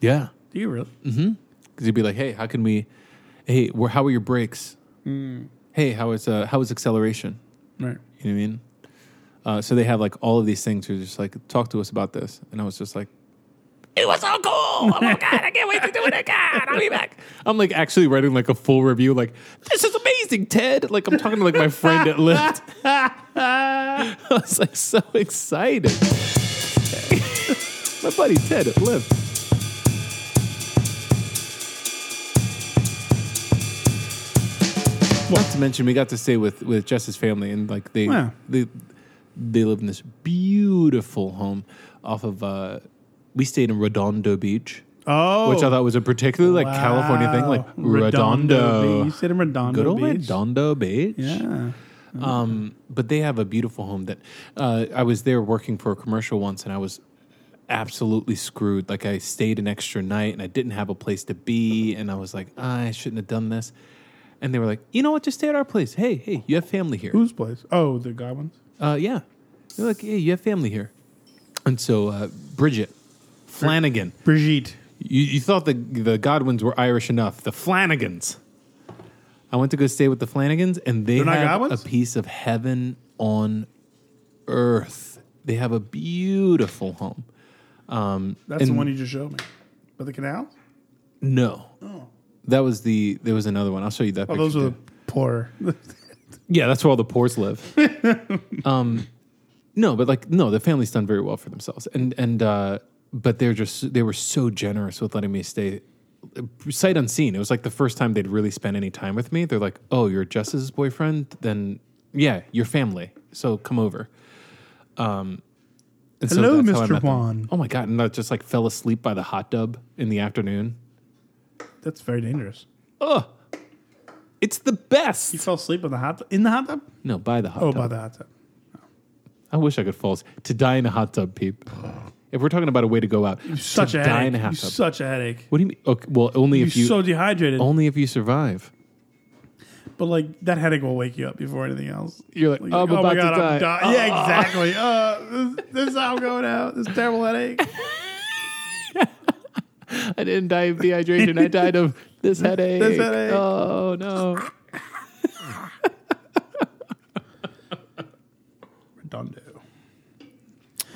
yeah,
Do you really?
Mm. because you'd be like, hey, how can we? Hey, where, how are your brakes?
Hmm.
Hey, how is uh, how is acceleration?
Right.
You know what I mean? Uh, so they have like all of these things who are just like, talk to us about this. And I was just like, it was so cool. Oh my God, I can't wait to do it again. I'll be back. I'm like actually writing like a full review, like, this is amazing, Ted. Like I'm talking to like my friend at <laughs> Lyft. I was like so excited. my buddy Ted at Lyft. Not to mention, we got to stay with with Jess's family, and like they
Wow.
they they live in this beautiful home off of. uh We stayed in Redondo Beach,
Oh,
which I thought was a particularly like California thing, like Redondo,
You said in Redondo.
good old
Beach.
Redondo Beach.
Yeah.
Um, but they have a beautiful home that uh, I was there working for a commercial once and I was absolutely screwed. Like I stayed an extra night and I didn't have a place to be. And I was like, "Ah, I shouldn't have done this. And they were like, you know what? Just stay at our place. Hey, hey, you have family here.
Whose place? Oh, the Goblins.
Uh, yeah. They're like, hey, you have family here. And so uh, Bridget Flanagan.
Brigitte.
You, you thought the the Godwins were Irish enough. The Flanagans. I went to go stay with the Flanagans, and they
They're not
have a
Godwins?
piece of heaven on earth. They have a beautiful home.
That's the one you just showed me. By the canal?
No, that was the there was another one. I'll show you that.
Oh,
picture
those
too.
are the poor. <laughs>
Yeah, that's where all the poors live. um, no, but like no, the family's done very well for themselves, and and uh, but they're just they were so generous with letting me stay sight unseen. It was like the first time they'd really spent any time with me. They're like, "Oh, you're Jess's boyfriend? Then yeah, your family. So come over." Um, and
Hello,
that's how I
Mr.
met them.
Juan.
Oh my god! And I just like fell asleep by the hot tub in the afternoon.
That's very dangerous.
It's the best.
You fell asleep in the hot in the hot tub?
no, by the hot
Oh,
tub.
by the hot tub.
I wish I could fall as- to die in a hot tub, peep.
<sighs>
If we're talking about a way to go out,
Such
to
a
die in a
headache.
hot
You
tub.
such a headache.
what do you mean? Okay, well, only
You're
if you
so dehydrated.
only if you survive.
But like that headache will wake you up before anything else.
You're like,
Like, oh
I'm about to die. Ah.
I'm di- Yeah, exactly. Uh, this, this is how I'm going out. This terrible
<laughs>
headache.
I didn't die of dehydration. I died
<laughs>
of this headache.
This headache.
Oh no.
Redondo.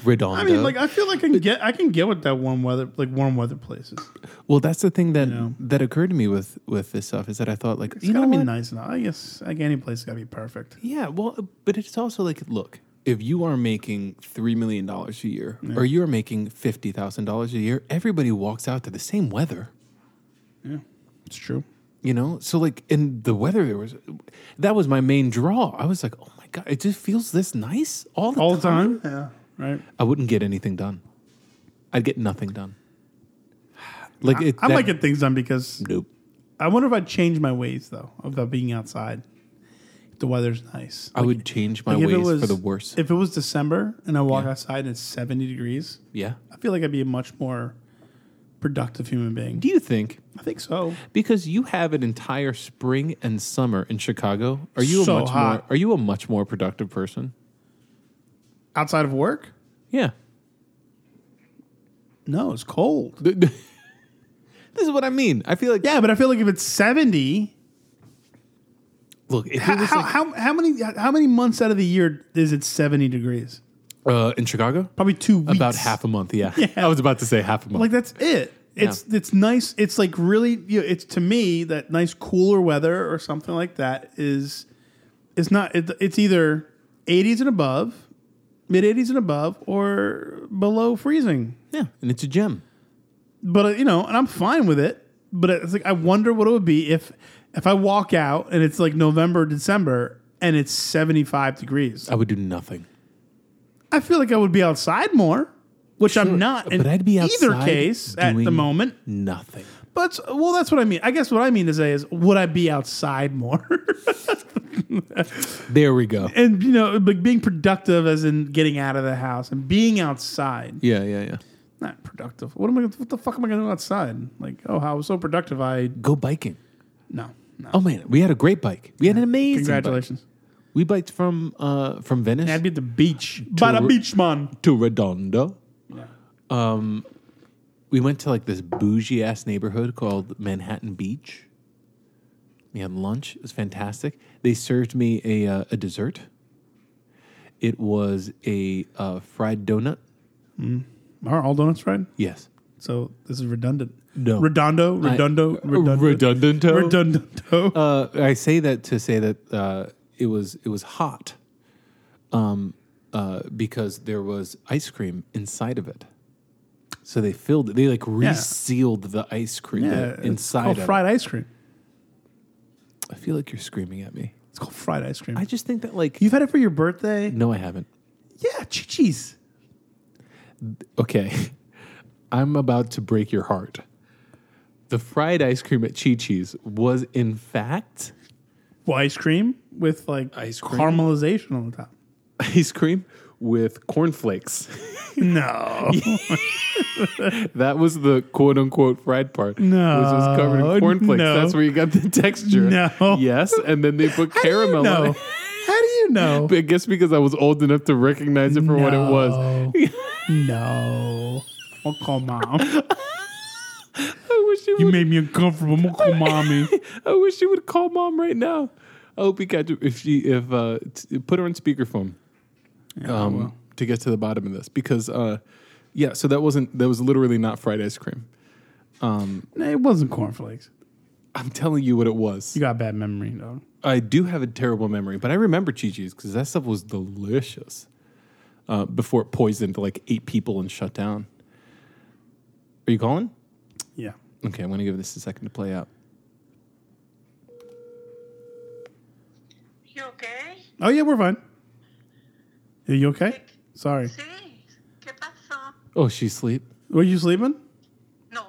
Redondo.
I mean, like I feel like I can get I can get with that warm weather, like warm weather places.
well, that's the thing that
know.
that occurred to me with with this stuff is that I thought like
It's
you know
gotta be
what?
nice enough. I guess like any place has gotta be perfect.
Yeah, well, but it's also like, look, if you are making three million dollars a year, or you are making fifty thousand dollars a year, everybody walks out to the same weather.
It's true.
You know, so like in the weather, there was that was my main draw. I was like, oh my god, it just feels this nice all the
All the
time.
time. Yeah. Right.
I wouldn't get anything done. I'd get nothing
<sighs>
done. Like it,
I
that-
might get things done because
<laughs> nope.
I wonder if I'd change my ways though about being outside. If the weather's nice.
I would change my
Like,
ways for the worse.
If it was December and I walk outside and it's seventy degrees,
yeah.
I feel like I'd be a much more productive human being.
Do you think
I think so.
because you have an entire spring and summer in Chicago, are you
So
a much more
hot.
are you a much more productive person?
Outside of work?
Yeah. <laughs>
No, it's cold.
this is what I mean. I feel like
Yeah, but I feel like if it's seventy,
look, if
how
it was
how, how how many how many months out of the year is it seventy degrees?
uh, in Chicago,
Probably two weeks.
about
<laughs>
half a month, yeah. I was about to say half a month.
Like that's it. It's it's nice. It's like really. You know, it's to me that nice cooler weather or something like that is. It's not. It, it's either eighties and above, mid eighties and above, or below freezing.
yeah, and it's a gem.
But uh, you know, and I'm fine with it. But it's like I wonder what it would be if if I walk out and it's like November, December, and it's seventy five degrees.
I would do nothing.
I feel like I would be outside more, which I'm not. In
but I'd be outside
either case at the
doing
moment.
Nothing.
But well, that's what I mean. I guess what I mean to say is, would I be outside more? <laughs>
There we go.
and you know, like being productive, as in getting out of the house and being outside.
Yeah, yeah, yeah.
not productive. What am I? gonna- What the fuck am I going to do outside? Like, oh, how I was so productive. I
Go biking.
no, no.
Oh man, we had a great bike. We had an amazing.
Congratulations.
<laughs> Bike. We biked from uh, from Venice
I'd be at the beach.
By the
beach, man.
to Redondo. Um, we went to like this bougie ass neighborhood called Manhattan Beach. We had lunch. It was fantastic. They served me a uh, a dessert. It was a uh, fried donut.
Are all donuts fried?
Yes.
So this is redundant.
No.
Redondo, redondo, redundant,
Redundant. <laughs>
redundant.
Uh, I say that to say that uh, it was it was hot, um, uh, because there was ice cream inside of it. So they filled it. They like resealed the ice cream the
Yeah,
inside.
It's
of
called
it.
fried ice cream.
I feel like you're screaming at me.
It's called fried ice cream.
I just think that like
You've had it for your birthday?
no, I haven't.
Yeah, cheese.
Okay, <laughs> I'm about to break your heart. The fried ice cream at Chi Chi's was in fact <laughs>
Well, ice cream with like
Ice cream?
caramelization on the top.
<laughs> ice cream with cornflakes.
<laughs> No,
That was the quote unquote fried part.
No.
Which was covered in cornflakes.
No.
That's where you got
<laughs>
the texture.
No.
Yes. And then they put caramel on
no.
it.
How do you know?
I guess because I was old enough to recognize it for what it was. <laughs>
no, <laughs> I'll call mom.
I wish you,
You
would,
made me uncomfortable. I'm gonna call <laughs> mommy.
<laughs> I wish you would call mom right now. I hope you got to if she if uh t- put her on speakerphone. um to get to the bottom of this. Because uh yeah, so that wasn't that was literally not fried ice cream.
No, it wasn't cornflakes.
I'm telling you what it was.
You got a bad memory, though.
I do have a terrible memory, but I remember Chi Chi's because that stuff was delicious uh, before it poisoned like eight people and shut down. Are you calling?
Yeah.
Okay, I'm going to give this a second to play out.
You okay?
Oh yeah, we're fine. Are you okay? Sorry.
Sí. ¿Qué pasó?
Oh, she's asleep?
Were you sleeping?
No.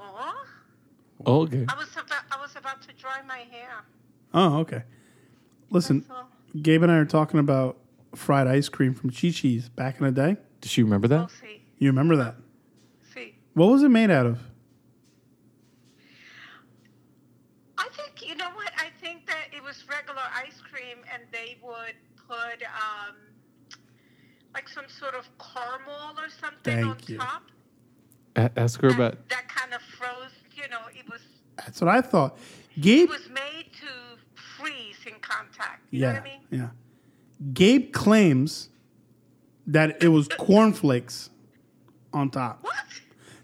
Oh, okay.
I was about I was about to dry my hair.
Oh, okay. Listen,
So
Gabe and I are talking about fried ice cream from Chi Chi's back in the day.
Does she remember
oh,
that?
sí,
You remember that?
sí.
What was it made out of?
I think you know what? I think that it was regular ice cream and they would put um like some sort of caramel or something on
Thank you.
top.
A- ask her
That,
about.
that kind of froze, you know, it was
That's what I thought. Gabe
it was made to freeze in contact. You know
Yeah.
what I mean?
Yeah. Gabe claims that it was cornflakes on top.
What?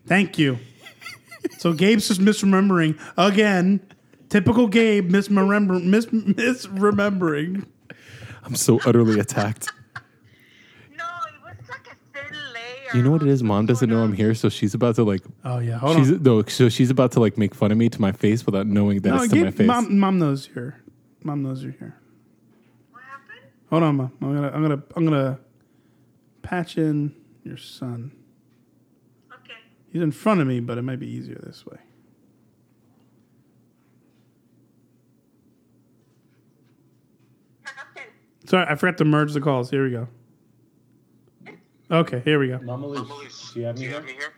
Thank you. So Gabe's just misremembering again. Typical Gabe misremember mis- misremembering.
I'm so utterly attacked.
No, it was like a thin layer.
You know what it
of
is?
some
Mom doesn't
sort
know
of-
I'm here, so she's about to like.
Oh yeah, hold
she's
on.
no, so she's about to like make fun of me to my face without knowing that
No,
it's to
Gabe-
my face.
Mom, mom knows you're. Mom knows you're here.
What happened?
Hold on, mom. I'm gonna, I'm gonna, I'm gonna patch in your son.
Okay.
He's in front of me, but it might be easier this way.
Nothing.
Sorry, I forgot to merge the calls. Here we go. Okay, here we go.
Mama
Mamalou, do you have me here?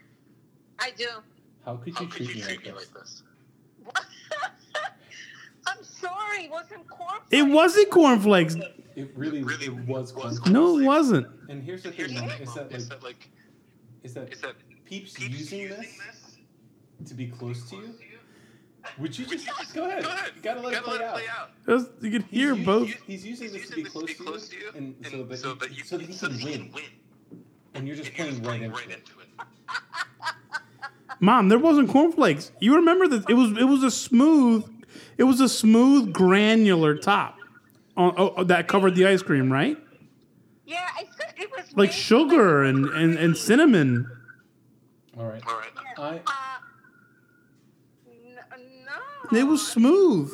I do. <laughs>
How could
How could you treat me like this?
What? I'm sorry. It wasn't corporate.
It wasn't cornflakes.
It really,
Really
was
was-
close.
No, it wasn't.
And here's the
Here's
thing,
the
Mom,
thing,
is
Mom,
that
is
like,
that like,
is that
is that
peeps
keeps
using this to be close to you? Would you just, just go ahead?
Go ahead.
You gotta let it play out.
It was- you can
He's
hear
u-
both.
u- He's using
He's
this to be close to you, and so that
so that
you- so that he can win. And you're just
And you're
playing right
just playing
into
right
it.
into it.
Mom, there wasn't cornflakes. You remember this? It was it was a smooth, it was a smooth granular top, on, oh, oh, that covered the ice cream, right?
Yeah, I said it was
Like
made-
sugar and and, and cinnamon.
All right.
All right.
I
Uh, n- uh, no.
It was smooth.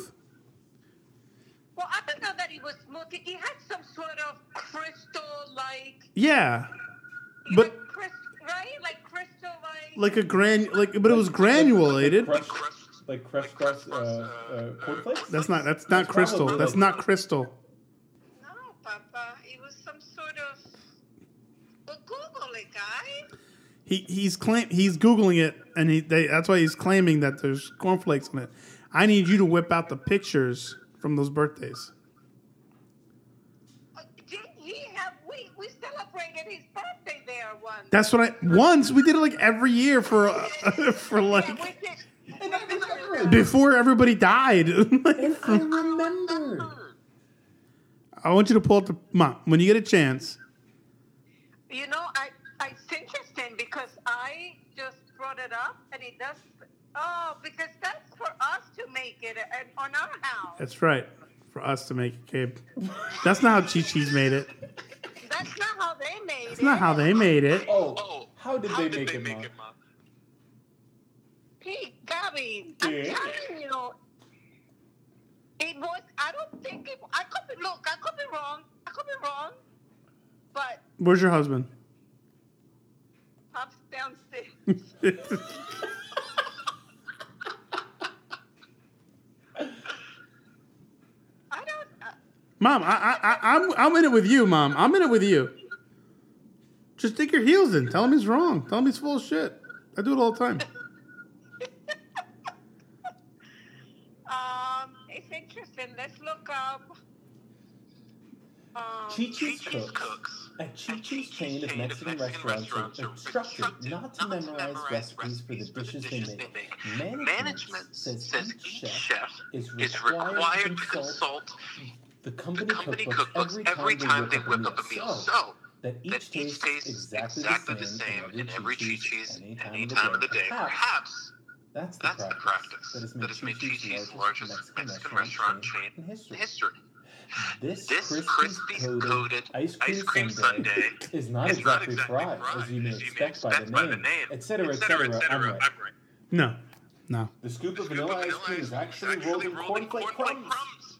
Well, I don't know that it was smooth. It had some sort of crystal like.
Yeah, But-
right? Like crystal like.
like a gran like, but it was granulated.
crushed,
Crushed.
like crushed, crust uh, uh, cornflakes.
That's not that's not crystal. That's not crystal.
no, Papa. It was some sort of. Well, Google it, guys.
He he's claim he's googling it, and he they, that's why he's claiming that there's cornflakes in it. I need you to whip out the pictures from those birthdays.
Uh, Did he have? We we celebrated his birthday there once.
That's what I once we did it like every year for <laughs> uh, for
yeah, we
like
did.
before everybody died. <laughs> Like,
I remember.
I want you to pull up the mom when you get a chance.
You know, I, I it's interesting because I just brought it up, and it does. Oh, because that's for us to make it and on our house.
That's right for us to make it, Gabe. That's not how Chi Chi's made it.
That's not how they made
That's
it.
not how they made it.
uh,
uh,
Oh, how did they make him up?
up?
Pete, Gabby, I'm
Yeah.
telling you, it was. I don't think it. I could be. Look, I could be wrong. I could be wrong. But
Where's your husband? <laughs>
I'm downstairs. <laughs> I don't. Uh,
Mom, I, I, I, I'm, I'm in it with you, Mom. I'm in it with you. Just dig your heels in. Tell him he's wrong. Tell him he's full of shit. I do it all the time.
Um, it's interesting. Let's look up. Um,
Chi-Chi's
Chi-Chi's
Cooks.
Cooks.
A Chi-Chi's chain of Mexican restaurants are instructed not to memorize recipes for the dishes they make. Management says each chef is required to consult the
the
company
company cookbooks every time they whip up a meal. So that
that each
each
tastes exactly the same in every Chi-Chi's any time of the day.
Perhaps
That's the
That's the practice
practice
that has made Chi-Chi's
Chi-Chi's
largest Mexican restaurant chain in history.
This,
This
crispy
crispy
coated ice cream, sundae, <laughs> is not
It's not
exactly
exactly
fried, as you may expect,
by the name,
et cetera,
etc.,
et cetera.
etc.
I'm right.
No. No.
The scoop
The
of vanilla ice cream is actually rolled in cornflake crumbs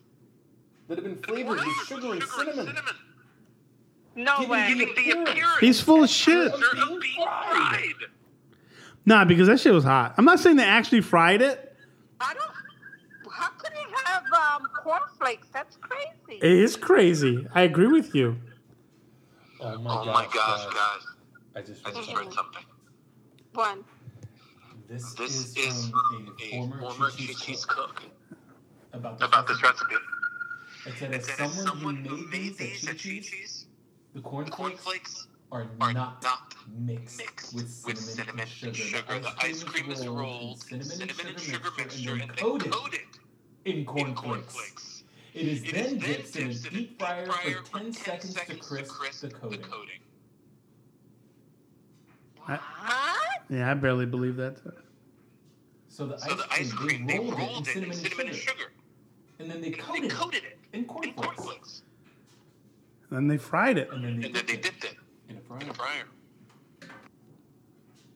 that have been flavored with sugar and cinnamon.
no
Giving you
way. Hmm.
the appearance
He's full of shit.
of being fried.
Nah, because that shit was hot. I'm not saying they actually fried it.
I don't. How could it have um, cornflakes? That's crazy.
It is crazy. I agree with you.
Oh my
Oh
gosh,
my gosh, guys.
I just
I
read
just
something.
read something.
One.
This,
This
is
is
from
a former
former
Chi-Chi's
Chi-Chi's
cook
about this
about this
recipe.
recipe.
It said,
It
as
said, as
someone who made these at Chi-Chi's,
Chi-Chi's,
the cornflakes
cornflakes
are
are
not
not
mixed
mixed
with cinnamon and sugar.
The ice cream is rolled in cinnamon and sugar mixture and then coated
in
in
cornflakes.
cornflakes.
It is
It
then
is then
dipped in a deep fryer for 10 seconds to crisp
crisp
the coating.
Huh?
Yeah, I barely believe that.
So the
So the
ice cream, they rolled it in
cinnamon and sugar.
and then they
They
coated it
coated it
in
in
cornflakes.
cornflakes.
Then they fried it.
And then
And then
they
they
dipped
dipped
it
it
in a
in
fryer.
a fryer.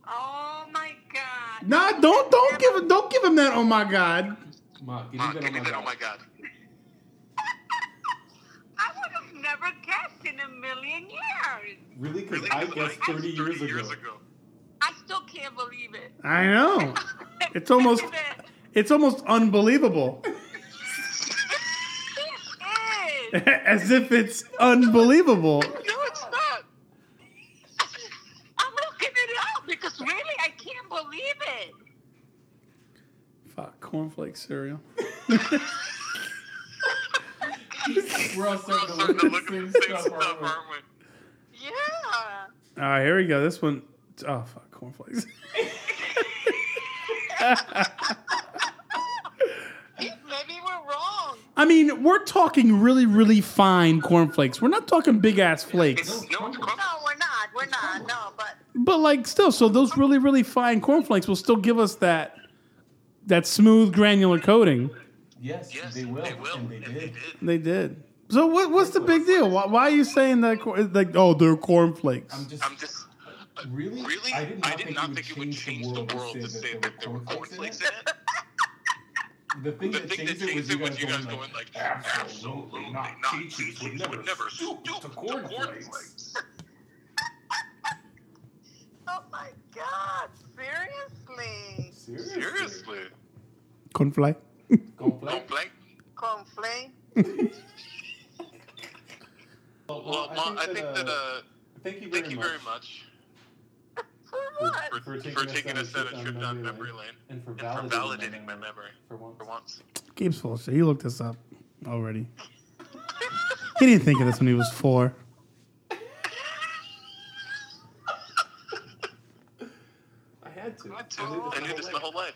Oh my God.
Nah, don't don't give him don't give him that. Oh my god.
Ma, give
Ah,
me
give me
that,
that, oh
oh
my
my god.
god.
I would have never guessed in a million years.
Really? Because
Really?
I
Like,
guessed 30 years ago.
I still can't believe it. <laughs>
I know. It's almost it's almost unbelievable. <laughs>
It is.
<laughs> As if it's unbelievable.
No, it's not. <laughs> I'm looking it up because really I can't believe it.
Fuck, cornflake cereal.
We're all
We're all
starting to
starting to look at the same
stuff,
stuff,
aren't we?
aren't we?
Yeah.
All right, here we go. This one oh fuck, cornflakes. <laughs>
Maybe we're wrong.
I mean, we're talking really, really fine cornflakes. We're not talking big ass flakes.
It's, no, it's
No, we're not. We're not. No, but
But like still, so those really, really fine cornflakes will still give us that that smooth granular coating.
Yes,
Yes,
they will. And they
and they did.
did.
They did. So what, what's the big deal? Why, why are you saying that? cor- Like, oh, they're cornflakes.
I'm just,
I'm just,
really,
really,
I did not,
it
think, you would change the world to say that there were cornflakes in
it.
it. The thing
The
that
thing that
changed it was
changed
you
it was you
guys
guys
going
going
like,
like, absolutely not. Teachers would never stoop to cornflakes.
oh my God, seriously,
Seriously?
Seriously.
Cornflake.
Cornflakes?
Cornflake?
conflate.
Well,
Well, Ma, I think that, uh,
thank you very
thank you
much.
very much.
what?
for, for, taking, us on a trip down memory lane,
and for
and for validating my memory
For once.
for once.
Gabe's full of shit. He looked this up already. He didn't think of this when he was four.
I had to. I knew this my whole life.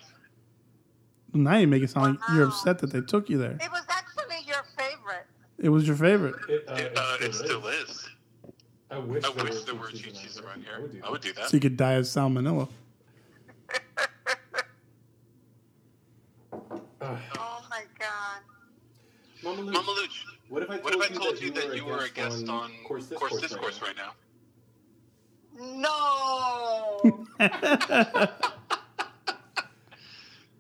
Now you make it sound like you're upset that they took you there.
It was actually your favorite.
It was your favorite.
It, uh,
uh,
it still is.
I wish
I wish there were cheat sheets around here. I would do that.
So you could die of salmonella.
Oh my god.
Mama Lou,
Mama Luch,
what if I told,
what if I told you that you
were a guest on
Course
Course Discourse,
Discourse
right
right now?
No.
now?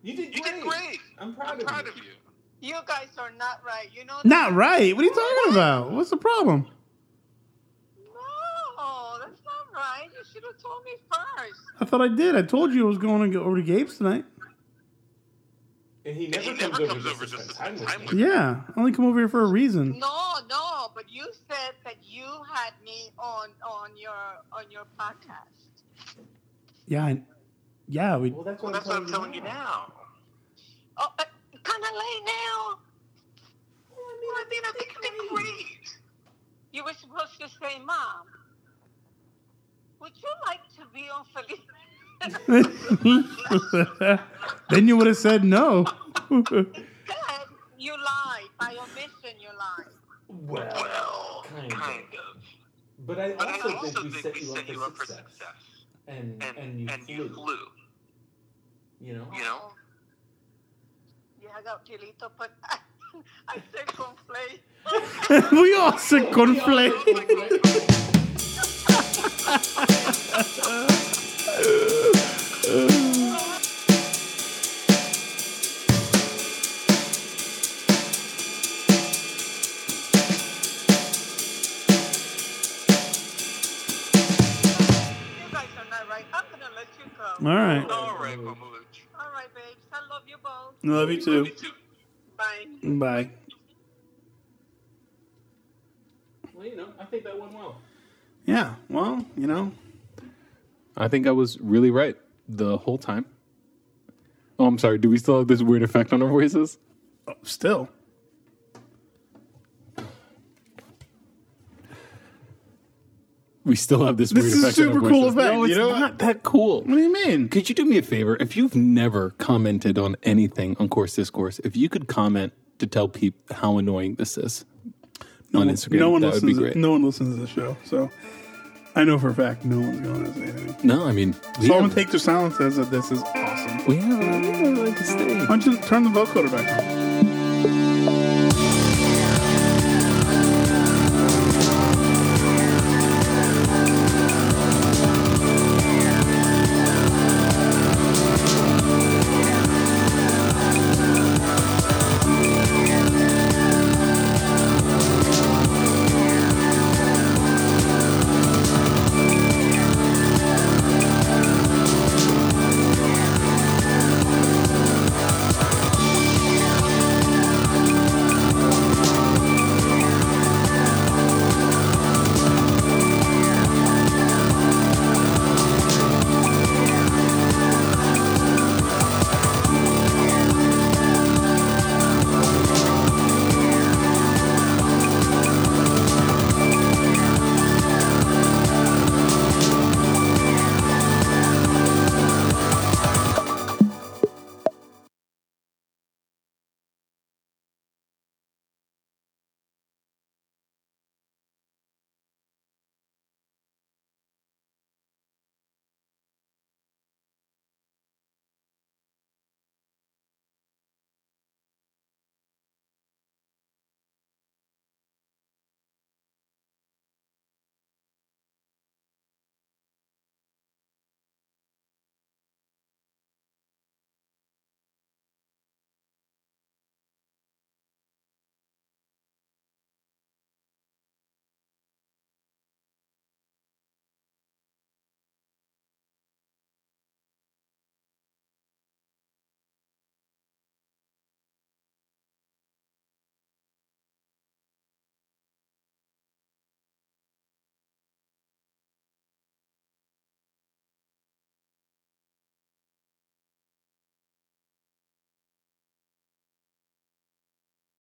You did
You
great.
did great.
I'm proud
I'm
of
proud
you.
of you.
you guys are not right. You know.
Not
that?
right. What are you talking about? What's the problem?
No, that's not right. You should have told me first.
I thought I did. I told you I was going to go over to Gabe's tonight.
And he never
He
comes
never
over
comes
just
over
to
just to
spend
spend
time
time
with
with
me.
Yeah, I only come over here for a reason.
No, no, but you said that you had me on on your on your podcast.
Yeah, I, yeah. We <laughs>
Well, that's what,
That's what I'm telling you
now.
now.
Oh, uh, kind of late now. Oh, I mean, I think you did great. You were supposed to say, "Mom, would you like to be on Felipe?"
<laughs> then you would have said no. <laughs>
Instead, you lied. By omission, you lied.
Well,
Well,
Kind of.
kind of.
but I also,
But I also
think, we set you up for success. And,
And,
and you
and
flew,
you flew.
you know?
You know?
Yeah, I got Pilito, but I, <laughs> I said conflate.
we all said conflate.
You guys are not right. I'm gonna let you
All
go.
right.
All right, Mama Luch.
All right, babes. I love you both.
Love you
Love
too.
you too.
Bye.
Bye.
Well, you know, I think that went well.
Yeah. Well, you know.
I think I was really right the whole time. Oh, I'm sorry. Do we still have this weird effect on our voices?
Still.
We still have this.
This
weird
is
effect on
super
our
cool
voices.
effect,
No, it's
you know?
not that cool.
What do you mean?
Could you do me a favor? If you've never commented on anything on Course Discourse, if you could comment to tell people how annoying this is on Instagram,
No one
that would be
listens.
great.
No one listens to the show, so I know for a fact no one's going to say anything.
No, I mean, we
So I'm gonna
have,
take the silence as that this is awesome.
we have, we have like a stage.
Why don't you turn the vocoder back on?